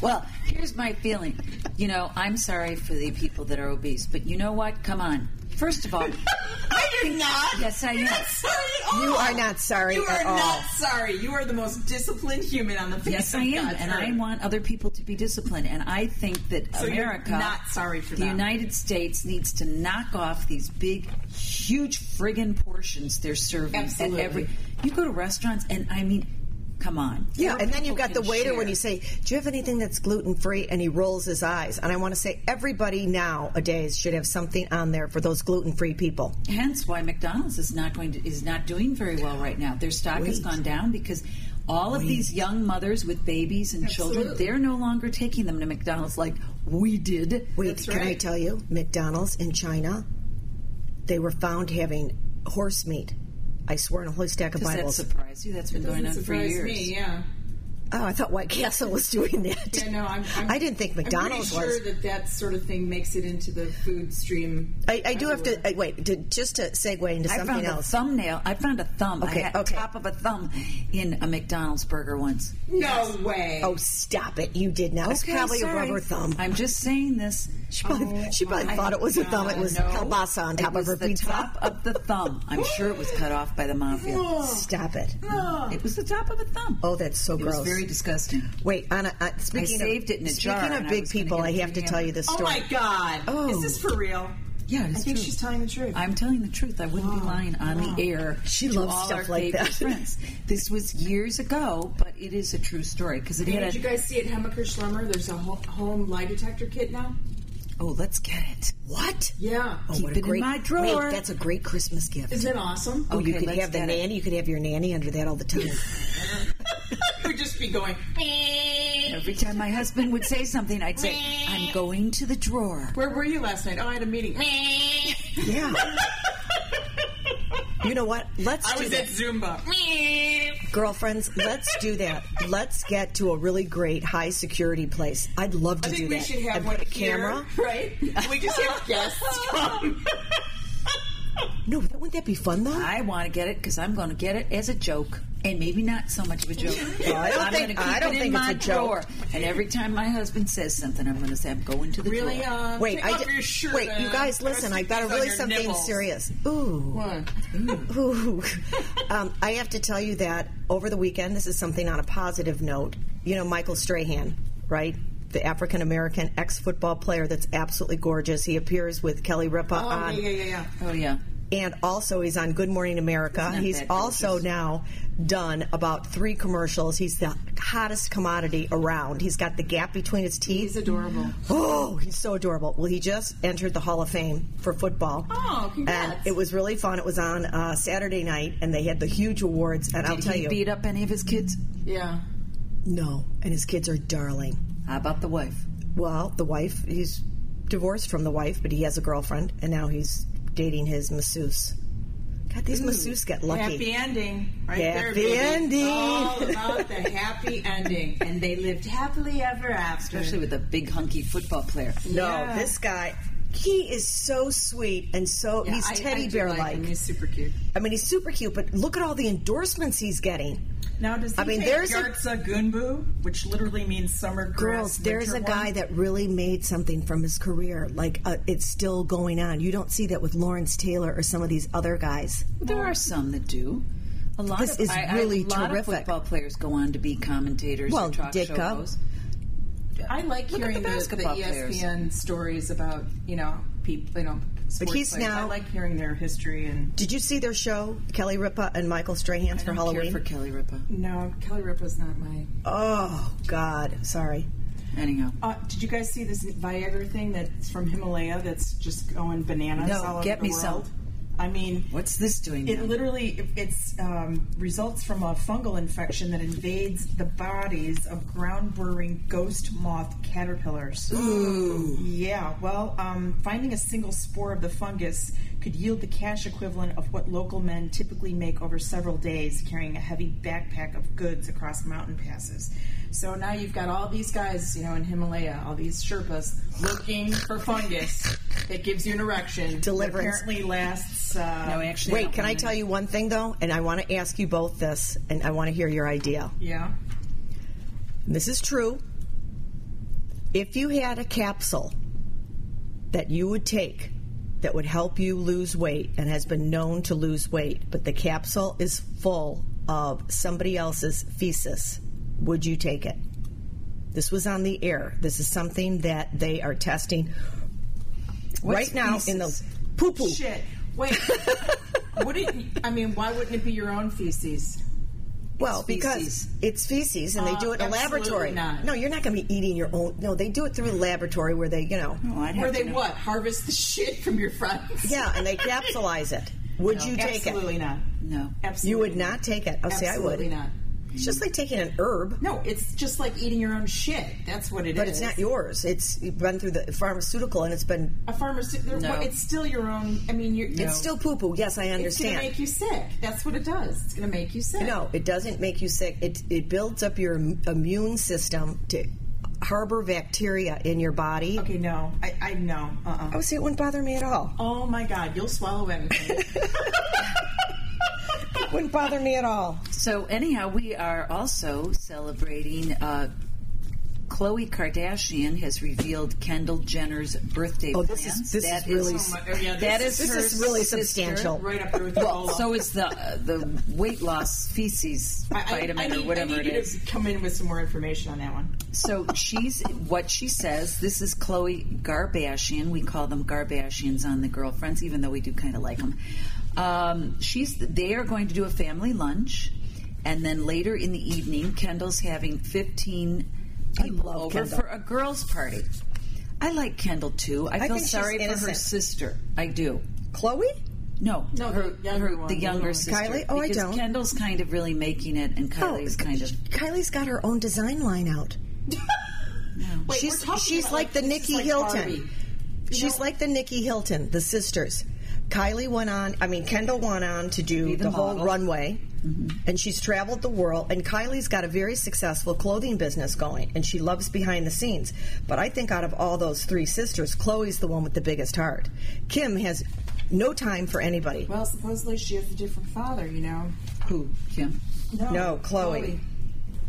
Speaker 3: Well, here's my feeling. You know, I'm sorry for the people that are obese, but you know what? Come on. First of all,
Speaker 4: [laughs]
Speaker 5: I you're not.
Speaker 3: Yes, I am.
Speaker 5: Sorry at all.
Speaker 4: Oh,
Speaker 2: You are not sorry
Speaker 5: You are
Speaker 2: at all.
Speaker 5: not sorry. You are the most disciplined human on the face.
Speaker 3: Yes,
Speaker 5: of
Speaker 3: I am,
Speaker 5: God's
Speaker 3: and
Speaker 5: earth.
Speaker 3: I want other people to be disciplined. And I think that
Speaker 5: So you're
Speaker 3: America,
Speaker 5: not sorry for
Speaker 3: the
Speaker 5: them.
Speaker 3: United States, needs to knock off these big, huge friggin' portions they're serving
Speaker 4: Absolutely.
Speaker 3: at every. You go to restaurants, and I mean, come on.
Speaker 2: yeah,
Speaker 3: More
Speaker 2: and then you've
Speaker 3: people
Speaker 2: got the
Speaker 3: can
Speaker 2: waiter when
Speaker 3: share.
Speaker 2: you say, Do you have anything that's gluten free? And he rolls his eyes. And I want to say, everybody nowadays should have something on there for those gluten free people.
Speaker 3: Hence, why McDonald's is not going to is not doing very well right now. Their stock has gone down because all of these young mothers with babies and children, they're no longer taking them to McDonald's like we did.
Speaker 2: Wait, can I tell you, McDonald's in China, they were found having horse meat. I swear on a holy stack of
Speaker 3: Does that
Speaker 2: Bibles.
Speaker 3: surprise you? That's been going on for
Speaker 4: Surprised
Speaker 3: years.
Speaker 4: me, yeah.
Speaker 2: Oh, I thought White Castle was doing that.
Speaker 4: Yeah, no, I'm, I'm,
Speaker 2: I did not think McDonald's
Speaker 4: I'm pretty
Speaker 2: was.
Speaker 4: sure that that sort of thing makes it into the food stream.
Speaker 2: I, I do have to I, wait. To, just to segue into
Speaker 3: I
Speaker 2: something
Speaker 3: found
Speaker 2: else.
Speaker 3: a thumbnail. I found a thumb.
Speaker 2: Okay,
Speaker 3: I had
Speaker 2: okay.
Speaker 3: top of a thumb in a McDonald's burger once.
Speaker 4: No way.
Speaker 2: oh, stop it! You did not. It's
Speaker 3: Okay,
Speaker 2: probably
Speaker 3: sorry. Oh,
Speaker 2: a rubber thumb.
Speaker 3: I'm just saying this.
Speaker 2: she probably, she probably thought it was a thumb. It was
Speaker 3: No.
Speaker 2: kielbasa on top
Speaker 3: it was
Speaker 2: of her
Speaker 3: the
Speaker 2: pizza.
Speaker 3: top
Speaker 2: [laughs]
Speaker 3: of the thumb. I'm sure it was cut off by the mafia.
Speaker 2: Stop it!
Speaker 3: [gasps] it was the top of a thumb.
Speaker 2: Oh, that's so
Speaker 3: it
Speaker 2: gross.
Speaker 3: was very disgusting.
Speaker 2: wait, on a, uh, speaking of
Speaker 3: saved it in a jar,
Speaker 2: speaking of
Speaker 3: and I
Speaker 2: big
Speaker 3: was gonna
Speaker 2: people,
Speaker 3: get
Speaker 2: I
Speaker 3: it
Speaker 2: have to
Speaker 3: through
Speaker 2: tell
Speaker 3: hand.
Speaker 2: you this
Speaker 5: Oh
Speaker 2: story.
Speaker 5: my God!
Speaker 2: Oh.
Speaker 5: Is this for real?
Speaker 3: Yeah, it is
Speaker 5: I think
Speaker 3: true.
Speaker 5: she's telling the truth.
Speaker 3: I'm telling the truth. I wouldn't be lying on the air.
Speaker 2: She
Speaker 3: to
Speaker 2: loves
Speaker 3: all
Speaker 2: stuff
Speaker 3: our
Speaker 2: like
Speaker 3: favorite
Speaker 2: that.
Speaker 3: Friends. This was years ago, but it is a true story because it
Speaker 4: Hey,
Speaker 3: had.
Speaker 4: did
Speaker 3: a-
Speaker 4: you guys see at Hemaker Schlemmer? There's a ho- home lie detector kit now.
Speaker 3: oh, let's get it.
Speaker 2: What?
Speaker 4: Yeah.
Speaker 2: Oh, what
Speaker 3: Keep
Speaker 2: a
Speaker 3: it in
Speaker 2: great,
Speaker 3: my drawer.
Speaker 2: Wait, that's a great Christmas gift.
Speaker 4: Isn't that awesome?
Speaker 2: oh, you
Speaker 3: Okay,
Speaker 2: could
Speaker 3: let's
Speaker 2: have the
Speaker 3: get it.
Speaker 2: nanny. You could have your nanny under that all the
Speaker 3: [laughs]
Speaker 2: time.
Speaker 5: would just be going.
Speaker 3: Every time my husband would say something, I'd say, I'm going to the drawer.
Speaker 4: Where were you last night? Oh, I had a meeting.
Speaker 2: yeah. You know what? Let's
Speaker 5: I
Speaker 2: do
Speaker 5: was
Speaker 2: that.
Speaker 5: at Zumba.
Speaker 2: Girlfriends, let's do that. Let's get to a really great high security place. I'd love to
Speaker 5: I
Speaker 2: do
Speaker 5: think we
Speaker 2: that.
Speaker 5: should have
Speaker 2: And
Speaker 5: one
Speaker 2: put a
Speaker 5: here,
Speaker 2: camera.
Speaker 5: [laughs] right? We just [laughs]
Speaker 2: [laughs]
Speaker 5: have guests from.
Speaker 2: No, that- wouldn't that be fun though?
Speaker 3: I want to get it because I'm going to get it as a joke, and maybe not so much of
Speaker 2: [laughs]
Speaker 3: a joke.
Speaker 2: I don't
Speaker 3: I'm
Speaker 2: think-
Speaker 3: gonna keep
Speaker 2: I don't
Speaker 3: it in
Speaker 2: think it's
Speaker 3: my
Speaker 2: a joke.
Speaker 3: drawer. And every time my husband says something, I'm going to say, "I'm going to the
Speaker 5: Really?
Speaker 3: drawer."
Speaker 5: Uh,
Speaker 2: wait,
Speaker 5: take
Speaker 2: I
Speaker 5: off
Speaker 2: di-
Speaker 5: your shirt uh,
Speaker 2: wait,
Speaker 5: and
Speaker 2: you guys,
Speaker 5: rest
Speaker 2: listen.
Speaker 5: in
Speaker 2: I gotta
Speaker 5: peace on
Speaker 2: really
Speaker 5: your
Speaker 2: something
Speaker 5: nipples.
Speaker 2: serious. Ooh,
Speaker 5: What?
Speaker 2: ooh. [laughs] Um, I have to tell you that over the weekend, this is something on a positive note. You know, Michael Strahan, right? The African American ex football player that's absolutely gorgeous. He appears with Kelly Ripa
Speaker 5: Oh,
Speaker 2: on
Speaker 5: yeah, yeah, yeah.
Speaker 3: Oh yeah.
Speaker 2: and also he's on Good Morning America.
Speaker 3: Isn't that
Speaker 2: He's
Speaker 3: bad,
Speaker 2: also
Speaker 3: gorgeous?
Speaker 2: now done about three commercials. He's the hottest commodity around. He's got the gap between his teeth.
Speaker 5: He's adorable.
Speaker 2: Oh, he's so adorable. Well, he just entered the Hall of Fame for football.
Speaker 5: Oh, congrats.
Speaker 2: And it was really fun. It was on uh, Saturday night, and they had the huge awards. And I'll
Speaker 3: Did
Speaker 2: tell
Speaker 3: he
Speaker 2: you,
Speaker 3: beat up any of his kids?
Speaker 5: Yeah.
Speaker 2: no. And his kids are darling.
Speaker 3: How about the wife?
Speaker 2: Well, the wife, he's divorced from the wife, but he has a girlfriend, and now he's dating his masseuse. God, these masseuses get lucky.
Speaker 5: Happy ending, right there.
Speaker 2: Happy
Speaker 5: baby.
Speaker 2: ending.
Speaker 5: All about
Speaker 2: [laughs]
Speaker 5: the happy ending, and they lived happily ever after.
Speaker 3: Especially with a big hunky football player.
Speaker 2: No,
Speaker 5: Yeah.
Speaker 2: this guy, he is so sweet and so
Speaker 5: Yeah,
Speaker 2: he's
Speaker 5: I- I
Speaker 2: teddy
Speaker 5: do
Speaker 2: bear
Speaker 5: like
Speaker 2: like.
Speaker 5: him. He's super cute.
Speaker 2: I mean, he's super cute, but look at all the endorsements he's getting.
Speaker 5: Now, does he
Speaker 2: I mean,
Speaker 5: take
Speaker 2: there's a-
Speaker 5: Yartza Gunbu, which literally means summer
Speaker 2: Girls,
Speaker 5: grass,
Speaker 2: there's a
Speaker 5: winter
Speaker 2: guy
Speaker 5: one?
Speaker 2: that really made something from his career. Like uh, it's still going on. You don't see that with Lawrence Taylor or some of these other guys.
Speaker 3: There are some that do. A lot
Speaker 2: This
Speaker 3: of
Speaker 2: is
Speaker 3: I- I-
Speaker 2: really
Speaker 3: a lot
Speaker 2: terrific.
Speaker 3: Of football players go on to be commentators.
Speaker 2: Well,
Speaker 3: and talk
Speaker 2: Ditka.
Speaker 3: show hosts.
Speaker 5: I like
Speaker 3: Look at
Speaker 5: hearing
Speaker 3: the
Speaker 5: the, the,
Speaker 3: basketball
Speaker 5: ESPN
Speaker 3: players.
Speaker 5: stories about you know people, you know. sports
Speaker 2: he's
Speaker 5: players.
Speaker 2: now-
Speaker 5: I like hearing their history and.
Speaker 2: Did you see their show, Kelly Ripa and Michael Strahan for
Speaker 3: I don't care
Speaker 2: Halloween?
Speaker 3: for Kelly Ripa.
Speaker 5: No, Kelly Ripa's not my.
Speaker 2: oh God, sorry.
Speaker 3: Anyhow,
Speaker 5: Uh, did you guys see this Viagra thing that's from Himalaya that's just going bananas?
Speaker 3: No,
Speaker 5: all over
Speaker 3: get
Speaker 5: the
Speaker 3: me
Speaker 5: world?
Speaker 3: some.
Speaker 5: I mean,
Speaker 3: what's this doing?
Speaker 5: It
Speaker 3: now?
Speaker 5: literally it's um, results from a fungal infection that invades the bodies of ground burrowing ghost moth caterpillars. Ooh. Yeah. Well, um, finding a single spore of the fungus could yield the cash equivalent of what local men typically make over several days, carrying a heavy backpack of goods across mountain passes.
Speaker 4: So now you've got all these guys, you know, in Himalaya, all these Sherpas looking for fungus that gives you an erection.
Speaker 5: It
Speaker 2: Deliverance.
Speaker 5: apparently lasts. Uh,
Speaker 3: no, actually,
Speaker 2: Wait, can I tell you one thing though? And I want to ask you both this, and I want to hear your idea.
Speaker 5: Yeah.
Speaker 2: This is true. If you had a capsule that you would take that would help you lose weight and has been known to lose weight, but the capsule is full of somebody else's feces, would you take it? This was on the air. This is something that they are testing right now in the
Speaker 5: feces?
Speaker 2: poo poo.
Speaker 5: Shit. Wait. wouldn't I mean? Why wouldn't it be your own feces?
Speaker 2: Well, because
Speaker 3: feces.
Speaker 2: it's feces and they do it in a
Speaker 5: Uh, absolutely
Speaker 2: laboratory.
Speaker 5: not.
Speaker 2: No, you're not going to be eating your own. No, they do it through a laboratory where they, you know.
Speaker 3: Oh, I'd
Speaker 5: Or
Speaker 3: have
Speaker 5: they
Speaker 3: to know.
Speaker 5: what? Harvest the shit from your friends?
Speaker 2: Yeah, and they capsulize it. Would you take
Speaker 5: Absolutely
Speaker 2: it?
Speaker 5: not.
Speaker 3: No.
Speaker 5: Absolutely.
Speaker 2: You would not take it. Oh, see, I would.
Speaker 5: Absolutely not.
Speaker 2: It's just like taking an herb,
Speaker 5: No, it's just like eating your own shit. That's what it is. Oh.
Speaker 2: but it's not yours. It's you've been through the pharmaceutical, and it's been
Speaker 5: a pharmaceutical.
Speaker 3: No.
Speaker 5: It's still your own. I mean, you're,
Speaker 2: it's still poo poo. Yes, I
Speaker 5: It's gonna
Speaker 2: understand.
Speaker 5: make you sick. That's what it does. It's gonna make you sick.
Speaker 2: no, it doesn't make you sick. It it builds up your im- immune system to harbor bacteria in your body.
Speaker 5: Okay, no. I, I no. Uh.
Speaker 4: Uh-uh.
Speaker 5: uh
Speaker 2: I would say it wouldn't bother me at all.
Speaker 5: Oh my God! You'll swallow anything.
Speaker 2: It wouldn't bother me at all.
Speaker 3: So anyhow, we are also celebrating. Uh, Khloe Kardashian has revealed Kendall Jenner's birthday
Speaker 2: Oh, this
Speaker 3: plans.
Speaker 2: is- this is
Speaker 3: That
Speaker 2: really
Speaker 3: is-
Speaker 2: s-
Speaker 5: Oh my- yeah,
Speaker 3: that is
Speaker 5: this-
Speaker 2: This
Speaker 3: her
Speaker 2: is really
Speaker 3: sister.
Speaker 2: substantial.
Speaker 5: right up there with
Speaker 3: Well,
Speaker 5: Ebola.
Speaker 3: so it's the uh, the weight loss feces
Speaker 5: I- I,
Speaker 3: vitamin
Speaker 5: I need,
Speaker 3: or whatever
Speaker 5: I need
Speaker 3: it
Speaker 5: you
Speaker 3: is.
Speaker 5: To come in with some more information on that one.
Speaker 3: So she's what she says. This is Chloe Garbashian. We call them Garbashians on the girlfriends, even though we do kind of like them. Um, she's they are going to do a family lunch, and then later in the evening, Kendall's having fifteen people
Speaker 2: love
Speaker 3: over
Speaker 2: Kendall.
Speaker 3: for a girls' party. I like Kendall too. I, feel
Speaker 2: think she's
Speaker 3: sorry for her
Speaker 2: innocent.
Speaker 3: sister. I do.
Speaker 2: Chloe,
Speaker 3: No, no, her,
Speaker 5: the younger
Speaker 3: her-
Speaker 5: one,
Speaker 3: the
Speaker 5: the
Speaker 3: younger
Speaker 5: little one.
Speaker 3: sister.
Speaker 2: Kylie? Oh, I
Speaker 3: because
Speaker 2: don't. Oh,
Speaker 3: Kendall's kind of really making it, and Kylie's kind of.
Speaker 2: Kylie's got her own design line out.
Speaker 5: Wait,
Speaker 2: she's
Speaker 5: we're talking
Speaker 2: she's
Speaker 5: about,
Speaker 2: like the
Speaker 5: this is
Speaker 2: Nikki
Speaker 5: like
Speaker 2: Hilton.
Speaker 5: Barbie.
Speaker 2: She's like the Nikki Hilton, the sisters. Kylie went on, I mean, Kendall went on to do
Speaker 3: the
Speaker 2: the, whole
Speaker 3: model.
Speaker 2: runway, and she's traveled the world. And Kylie's got a very successful clothing business going, and she loves behind the scenes. But I think out of all those three sisters, Chloe's the one with the biggest heart. Kim has no time for anybody.
Speaker 4: Well, supposedly she has a different father, you know.
Speaker 3: Who, Kim?
Speaker 2: no, Chloe.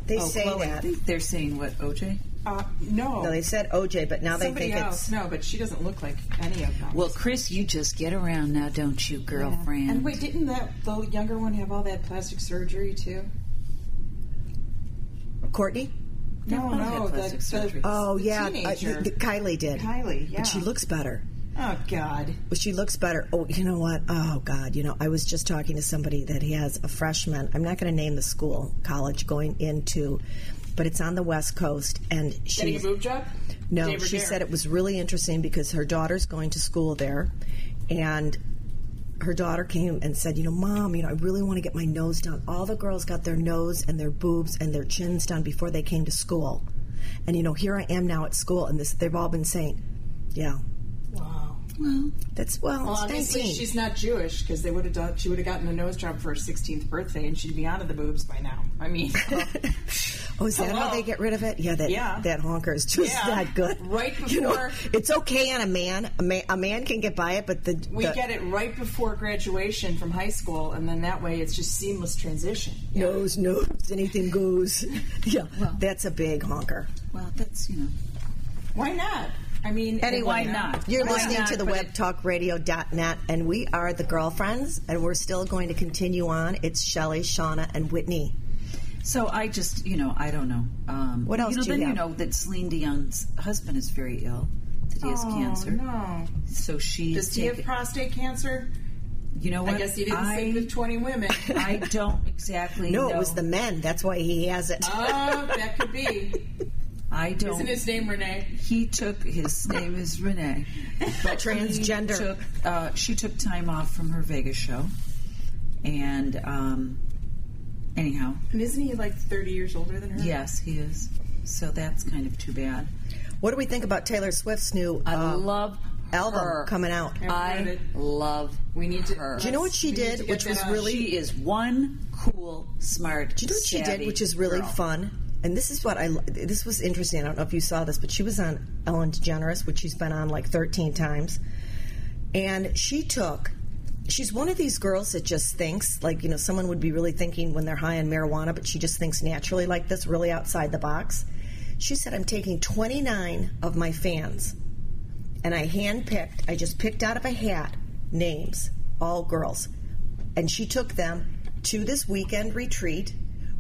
Speaker 2: They say
Speaker 3: Chloe.
Speaker 2: that.
Speaker 3: They- They're saying what, OJ?
Speaker 4: Uh, no.
Speaker 2: No, they said OJ, but now
Speaker 4: Somebody
Speaker 2: they think
Speaker 4: else.
Speaker 2: it's.
Speaker 4: No, but she doesn't look like any of them.
Speaker 3: Well, Chris, you just get around now, don't you, girlfriend?
Speaker 4: and wait, didn't that the younger one have all that plastic surgery too?
Speaker 2: Courtney?
Speaker 4: No,
Speaker 3: both had
Speaker 4: no, the,
Speaker 3: plastic
Speaker 4: the-
Speaker 3: surgery.
Speaker 2: Oh,
Speaker 4: the
Speaker 2: yeah. uh,
Speaker 4: teenager.
Speaker 2: the- Kylie did.
Speaker 4: Kylie, yeah.
Speaker 2: But she looks better.
Speaker 4: oh God,
Speaker 2: Well, she looks better. Oh, you know what? Oh, God. You know, I was just talking to somebody that has a freshman. I'm not going to name the school, college going into, but it's on the West Coast. And
Speaker 4: getting a
Speaker 2: she's.
Speaker 4: boob job?
Speaker 2: No,
Speaker 4: They were
Speaker 2: she
Speaker 4: there.
Speaker 2: said it was really interesting because her daughter's going to school there, and her daughter came and said, "You know, mom, you know, I really want to get my nose done. All the girls got their nose and their boobs and their chins done before they came to school, and you know, here I am now at school, and this they've all been saying, yeah,
Speaker 4: Wow.
Speaker 2: that's well,
Speaker 4: Well,
Speaker 2: it's
Speaker 4: obviously
Speaker 2: 19.
Speaker 4: she's not Jewish because they would have done. She would have gotten a nose job for her 16th birthday, and she'd be out of the boobs by now. I mean,
Speaker 2: Oh, is that how
Speaker 4: Hello.
Speaker 2: they get rid of it? Yeah, that
Speaker 4: Yeah.
Speaker 2: that honker is just
Speaker 4: Yeah.
Speaker 2: that good.
Speaker 4: Right
Speaker 2: [laughs] you know,
Speaker 4: before-
Speaker 2: it's okay on a man. A man, a man can get by it, but the
Speaker 4: we
Speaker 2: the,
Speaker 4: get it right before graduation from high school, and then that way it's just seamless transition.
Speaker 2: nose, nose, anything goes. [laughs] Yeah, that's a big honker.
Speaker 3: well, that's, you know.
Speaker 4: Why not? I mean,
Speaker 3: Anyway, Why not?
Speaker 2: You're
Speaker 3: Why
Speaker 2: listening
Speaker 3: not?
Speaker 2: to the
Speaker 3: But
Speaker 2: web
Speaker 3: it-
Speaker 2: talkradio.net, and we are the girlfriends, and we're still going to continue on. It's Shelly, Shauna, and Whitney.
Speaker 3: So I just, you know, I don't know. Um,
Speaker 2: What else
Speaker 3: You know,
Speaker 2: do you
Speaker 3: then
Speaker 2: have?
Speaker 3: know that Celine Dion's husband is very ill. That he has cancer.
Speaker 4: Oh, No.
Speaker 3: So she's
Speaker 4: Does he have
Speaker 3: taking-
Speaker 4: prostate cancer?
Speaker 3: you know what?
Speaker 4: I guess he didn't
Speaker 3: [laughs]
Speaker 4: sleep with 20 women.
Speaker 3: I don't exactly
Speaker 2: No,
Speaker 3: know.
Speaker 2: it was the men. That's why he has it.
Speaker 4: Oh, that could be.
Speaker 3: I don't.
Speaker 4: Isn't his name Renee?
Speaker 3: he took his name is Renee, but
Speaker 2: Transgender.
Speaker 3: He took, uh, she took time off from her Vegas show, and um, anyhow,
Speaker 4: And isn't he like 30 years older than her?
Speaker 3: yes, he is. So that's kind of too bad.
Speaker 2: [laughs] What do we think about Taylor Swift's new
Speaker 3: I
Speaker 2: uh,
Speaker 3: love
Speaker 2: album
Speaker 3: her.
Speaker 2: coming out?
Speaker 4: heard
Speaker 3: I
Speaker 4: it.
Speaker 3: love.
Speaker 4: We need to.
Speaker 3: her.
Speaker 2: Do you know what she
Speaker 4: We need to
Speaker 2: did,
Speaker 4: get
Speaker 2: which
Speaker 4: that
Speaker 2: was
Speaker 4: on.
Speaker 2: really
Speaker 3: She is one cool, smart.
Speaker 2: Do you know what she did,
Speaker 3: savvy
Speaker 2: which is really
Speaker 3: girl.
Speaker 2: fun? And this is what I this was interesting. I don't know if you saw this, but she was on Ellen DeGeneres, which she's been on like 13 times. And she took she's one of these girls that just thinks like, you know, someone would be really thinking when they're high on marijuana, but she just thinks naturally like this, really outside the box. She said I'm taking 29 of my fans and I handpicked, I just picked out of a hat names, all girls. And she took them to this weekend retreat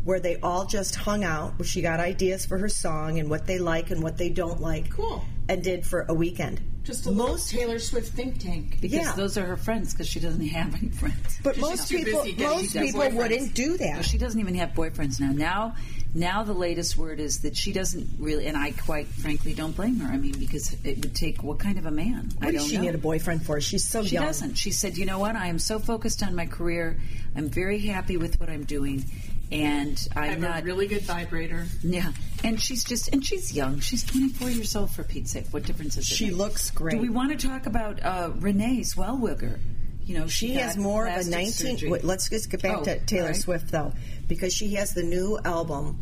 Speaker 2: where they all just hung out, where she got ideas for her song and what they like and what they don't like.
Speaker 4: Cool.
Speaker 2: And did for a weekend.
Speaker 4: Just a little Taylor Swift think tank.
Speaker 3: Because
Speaker 2: Yeah.
Speaker 3: those are her friends. Because she doesn't have any friends.
Speaker 2: But most
Speaker 4: too
Speaker 2: people
Speaker 4: busy getting
Speaker 2: most
Speaker 4: these
Speaker 2: people
Speaker 4: boyfriends.
Speaker 2: wouldn't do
Speaker 3: Well,
Speaker 2: that.
Speaker 3: she doesn't even have boyfriends now. Now, now the latest word is that she doesn't really, and I quite frankly don't blame her. I mean, because it would take what kind of a man? I
Speaker 2: what does
Speaker 3: don't
Speaker 2: she
Speaker 3: know.
Speaker 2: need a boyfriend for? She's so
Speaker 3: she
Speaker 2: young.
Speaker 3: doesn't. She said, "You know what? I am so focused on my career. I'm very happy with what I'm doing, and
Speaker 4: I
Speaker 3: I'm
Speaker 4: have
Speaker 3: not
Speaker 4: a really good vibrator.
Speaker 3: yeah." And she's just, and she's young. She's 24 years old for Pete's sake. What difference does it
Speaker 2: She
Speaker 3: make?
Speaker 2: looks great.
Speaker 3: Do we want to talk about uh, Renee Swellwiger? You know, she,
Speaker 2: She has
Speaker 3: got
Speaker 2: more of a
Speaker 3: plastic
Speaker 2: 19.
Speaker 3: surgery.
Speaker 2: Wait, let's just get back
Speaker 3: Oh,
Speaker 2: to Taylor
Speaker 3: all right.
Speaker 2: Swift though, because she has the new album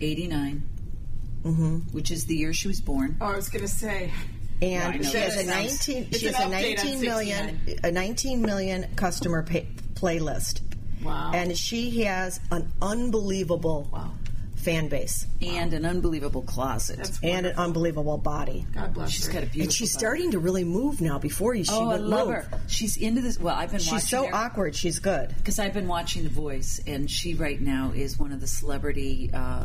Speaker 3: 89, mm-hmm. which is the year she was born.
Speaker 4: Oh, I was going to say.
Speaker 2: and
Speaker 3: I know
Speaker 2: she has
Speaker 4: that
Speaker 2: a
Speaker 4: sounds-
Speaker 2: 19
Speaker 4: it's
Speaker 2: she has
Speaker 4: an
Speaker 2: a
Speaker 4: update
Speaker 2: 19
Speaker 4: on
Speaker 2: million a 19 million customer pay, playlist
Speaker 4: Wow.
Speaker 2: and she has an unbelievable fan base
Speaker 3: and an unbelievable closet.
Speaker 4: That's
Speaker 2: and an unbelievable body
Speaker 4: God bless
Speaker 3: she's
Speaker 4: her.
Speaker 3: got a beautiful.
Speaker 2: and she's
Speaker 3: body.
Speaker 2: starting to really move now before you she
Speaker 3: Oh, I
Speaker 2: would
Speaker 3: love
Speaker 2: move.
Speaker 3: her. She's into this. Well, I've been
Speaker 2: she's so
Speaker 3: watching
Speaker 2: awkward she's good
Speaker 3: because I've been watching The Voice, and she right now is one of the celebrity. Uh,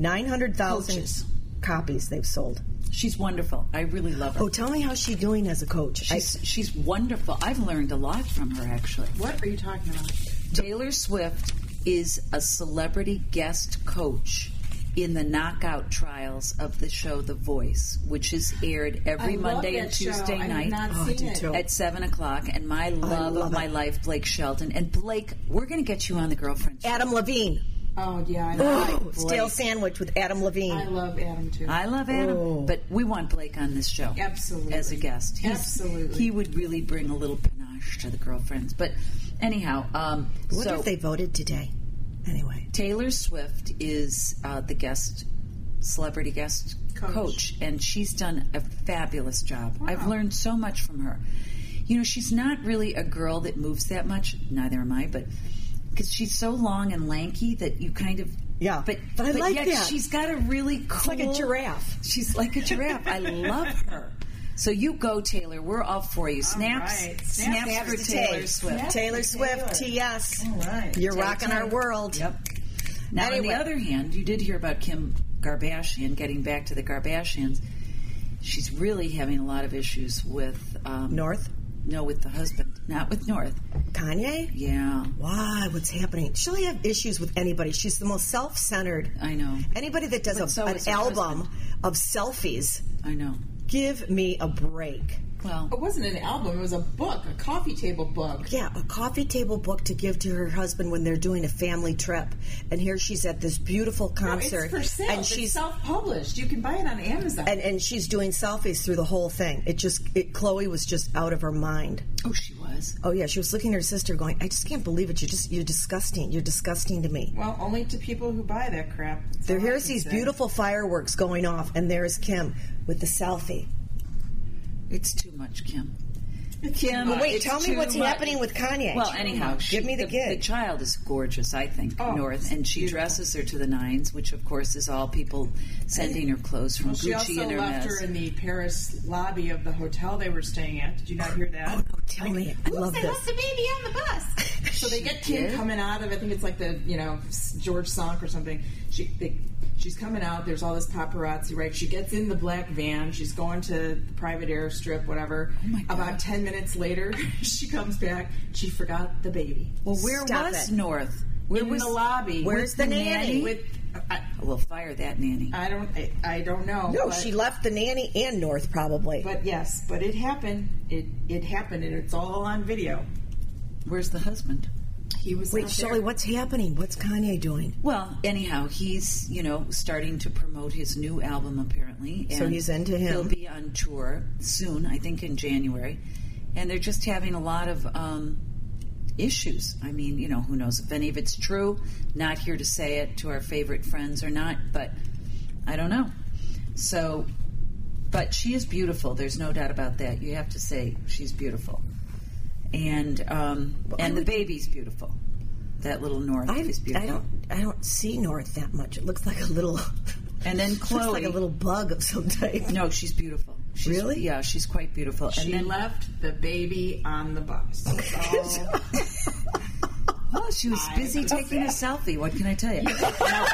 Speaker 2: 900000
Speaker 3: Coaches.
Speaker 2: copies they've sold
Speaker 3: she's wonderful. I really love her.
Speaker 2: oh tell me how she's doing as a coach I-
Speaker 3: She's, she's wonderful. I've learned a lot from her, actually.
Speaker 4: What are you talking about?
Speaker 3: Taylor Swift is a celebrity guest coach in the knockout trials of the show The Voice, which is aired every
Speaker 4: I love
Speaker 3: Monday
Speaker 4: that
Speaker 3: and
Speaker 4: show.
Speaker 3: Tuesday
Speaker 4: I have
Speaker 3: night
Speaker 4: not
Speaker 2: Oh, I
Speaker 4: seen
Speaker 2: do
Speaker 4: it.
Speaker 2: too.
Speaker 3: at seven o'clock. And my love,
Speaker 2: love
Speaker 3: of my
Speaker 2: it.
Speaker 3: life, Blake Shelton. And Blake, we're going to get you on the girlfriend. Show.
Speaker 2: adam levine
Speaker 4: Oh, yeah. I
Speaker 2: oh,
Speaker 4: love,
Speaker 2: stale sandwich with adam levine
Speaker 4: I love Adam, too.
Speaker 3: I love Adam,
Speaker 2: Oh.
Speaker 3: but we want Blake on this show
Speaker 4: Absolutely.
Speaker 3: as a guest. He's-
Speaker 4: Absolutely.
Speaker 3: he would really bring a little panache homage to the girlfriends. But anyhow, um,
Speaker 2: What
Speaker 3: so
Speaker 2: if they voted today? Anyway,
Speaker 3: Taylor Swift is uh, the guest celebrity guest coach. and she's done a fabulous job. I've learned so much from her. You know, she's not really a girl that moves that much. Neither am I, but because she's so long and lanky that you kind of
Speaker 2: Yeah.
Speaker 3: But
Speaker 2: But I like
Speaker 3: yet
Speaker 2: that.
Speaker 3: she's got a really cool.
Speaker 2: like a giraffe.
Speaker 3: She's like a giraffe. I love her. So you go, Taylor. We're all for you. Snaps,
Speaker 5: right.
Speaker 3: snaps,
Speaker 5: Snaps
Speaker 3: for
Speaker 5: to
Speaker 3: Taylor
Speaker 2: Tay.
Speaker 3: Swift.
Speaker 2: Taylor Swift, TS.
Speaker 5: All right.
Speaker 2: You're rocking our world.
Speaker 3: Yep. Now,
Speaker 2: Anyway.
Speaker 3: on the other hand, you did hear about Kim Garbashian. Getting back to the Garbashians, she's really having a lot of issues with um,
Speaker 2: North?
Speaker 3: No, with the husband, not with North.
Speaker 2: Kanye?
Speaker 3: Yeah,
Speaker 2: Why? What's happening? She'll have issues with anybody. She's the most self-centered.
Speaker 3: I know.
Speaker 2: Anybody that does
Speaker 3: But
Speaker 2: a,
Speaker 3: so
Speaker 2: an
Speaker 3: is her
Speaker 2: album of selfies,
Speaker 3: I know.
Speaker 2: give me a break.
Speaker 3: Well,
Speaker 4: It wasn't an album. It was a book, a coffee table book.
Speaker 2: Yeah, a coffee table book to give to her husband when they're doing a family trip, and here she's at this beautiful concert,
Speaker 4: It's for sale.
Speaker 2: and
Speaker 4: it's
Speaker 2: she's
Speaker 4: self-published. You can buy it on Amazon.
Speaker 2: and, and she's doing selfies through the whole thing. It just it, Chloe was just out of her mind.
Speaker 3: oh, she was.
Speaker 2: Oh yeah, she was looking at her sister, going, "I just can't believe it. You're just you're disgusting. You're disgusting to me."
Speaker 5: Well, only to people who buy that crap. That's
Speaker 2: There,
Speaker 5: all I
Speaker 2: here's
Speaker 5: can
Speaker 2: these
Speaker 5: say.
Speaker 2: beautiful fireworks going off, and there's Kim with the selfie.
Speaker 3: It's too much, Kim. Kim,
Speaker 2: But wait,
Speaker 3: it's
Speaker 2: tell me
Speaker 3: too
Speaker 2: what's
Speaker 3: much.
Speaker 2: happening with Kanye.
Speaker 3: Well, anyhow,
Speaker 2: Give
Speaker 3: she,
Speaker 2: me the Oh,
Speaker 3: The
Speaker 2: gig.
Speaker 3: child is gorgeous, I think, North, and she dresses her to the nines, which of course is all people sending her clothes from
Speaker 5: She
Speaker 3: Gucci
Speaker 5: also
Speaker 3: and
Speaker 5: left
Speaker 3: Hermes.
Speaker 5: her in the Paris lobby of the hotel they were staying at. Did you not hear that?
Speaker 2: Oh, tell me, I love
Speaker 4: they left
Speaker 2: this.
Speaker 4: the baby on the bus.
Speaker 5: So they get Kim
Speaker 3: did?
Speaker 5: coming out of. I think it's like the you know S- George Sonk or something. She they, she's coming out. There's all this paparazzi, right? She gets in the black van. She's going to the private airstrip, whatever.
Speaker 3: my God.
Speaker 5: About ten minutes later, [laughs] she comes back. She forgot the baby.
Speaker 3: Well, where
Speaker 2: Stop
Speaker 3: was
Speaker 2: it.
Speaker 3: North? Where
Speaker 5: in
Speaker 3: was
Speaker 5: the lobby.
Speaker 2: Where's the nanny?
Speaker 5: With I,
Speaker 3: We'll fire that nanny.
Speaker 5: I don't I, I don't know.
Speaker 2: No,
Speaker 5: but,
Speaker 2: she left the nanny and North probably.
Speaker 5: But yes, but it happened. It it happened, and it's all on video.
Speaker 3: Where's the husband?
Speaker 5: He was
Speaker 2: Wait,
Speaker 5: out
Speaker 2: Shirley,
Speaker 5: there.
Speaker 2: what's happening? What's Kanye doing?
Speaker 3: Well, anyhow, he's you know starting to promote his new album apparently. And
Speaker 2: So he's into him.
Speaker 3: He'll be on tour soon, I think in January, and they're just having a lot of um, issues. I mean, you know, who knows if any of it's true? Not here to say it to our favorite friends or not, but I don't know. So, but she is beautiful. There's no doubt about that. You have to say she's beautiful, and um, and the baby's beautiful. That little North
Speaker 2: I,
Speaker 3: is
Speaker 2: I
Speaker 3: beautiful.
Speaker 2: don't I don't see North that much. It looks like a little [laughs]
Speaker 3: And then
Speaker 2: looks like
Speaker 3: Chloe.
Speaker 2: a little bug of some type.
Speaker 3: No, she's beautiful. She's,
Speaker 2: Really?
Speaker 3: Yeah, she's quite beautiful.
Speaker 5: She
Speaker 3: and then
Speaker 5: left the baby on the bus. So,
Speaker 3: oh, she was busy taking a selfie. What can
Speaker 2: [laughs]
Speaker 3: I tell you? now,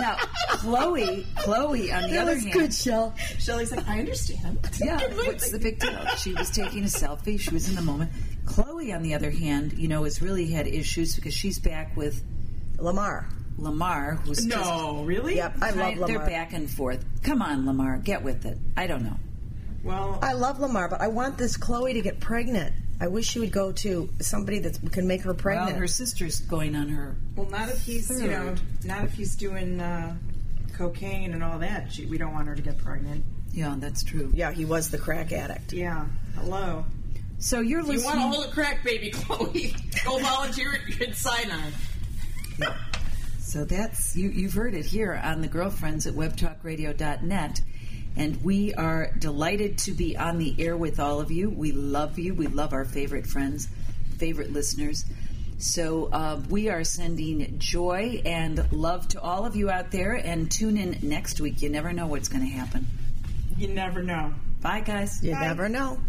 Speaker 3: now, Chloe, Chloe, on the
Speaker 2: That
Speaker 3: other
Speaker 2: was
Speaker 3: hand,
Speaker 2: good, Shell.
Speaker 5: Shelley's like, I understand.
Speaker 3: yeah, what's the big deal? She was taking a selfie. She was in the moment. Chloe, on the other hand, you know, has really had issues because she's back with
Speaker 2: Lamar.
Speaker 3: Lamar, who's just
Speaker 5: No, Oh, really?
Speaker 2: Yep, I love
Speaker 3: kind-
Speaker 2: Lamar.
Speaker 3: they're back and forth. Come on, Lamar, get with it. I don't know.
Speaker 5: Well,
Speaker 3: Uh,
Speaker 2: I love Lamar, but I want this Chloe to get pregnant. I wish she would go to somebody that can make her
Speaker 3: Well,
Speaker 2: pregnant.
Speaker 3: Oh, her sister's going on her
Speaker 5: well, not if he's you know,
Speaker 3: Third.
Speaker 5: not if he's doing uh, cocaine and all that. She, we don't want her to get pregnant.
Speaker 3: Yeah, that's true.
Speaker 2: yeah, he was the crack addict.
Speaker 5: Yeah. Hello.
Speaker 3: So you're
Speaker 4: you
Speaker 3: listening.
Speaker 4: want to hold a crack baby, Chloe? [laughs] Go volunteer at Sinai.
Speaker 3: So that's you, you've heard it here on the girlfriends at webtalkradio.net. And we are delighted to be on the air with all of you. We love you. We love our favorite friends, favorite listeners. So uh, we are sending joy and love to all of you out there. And tune in next week. You never know what's going to happen.
Speaker 5: You never know.
Speaker 3: Bye, guys.
Speaker 2: You never know.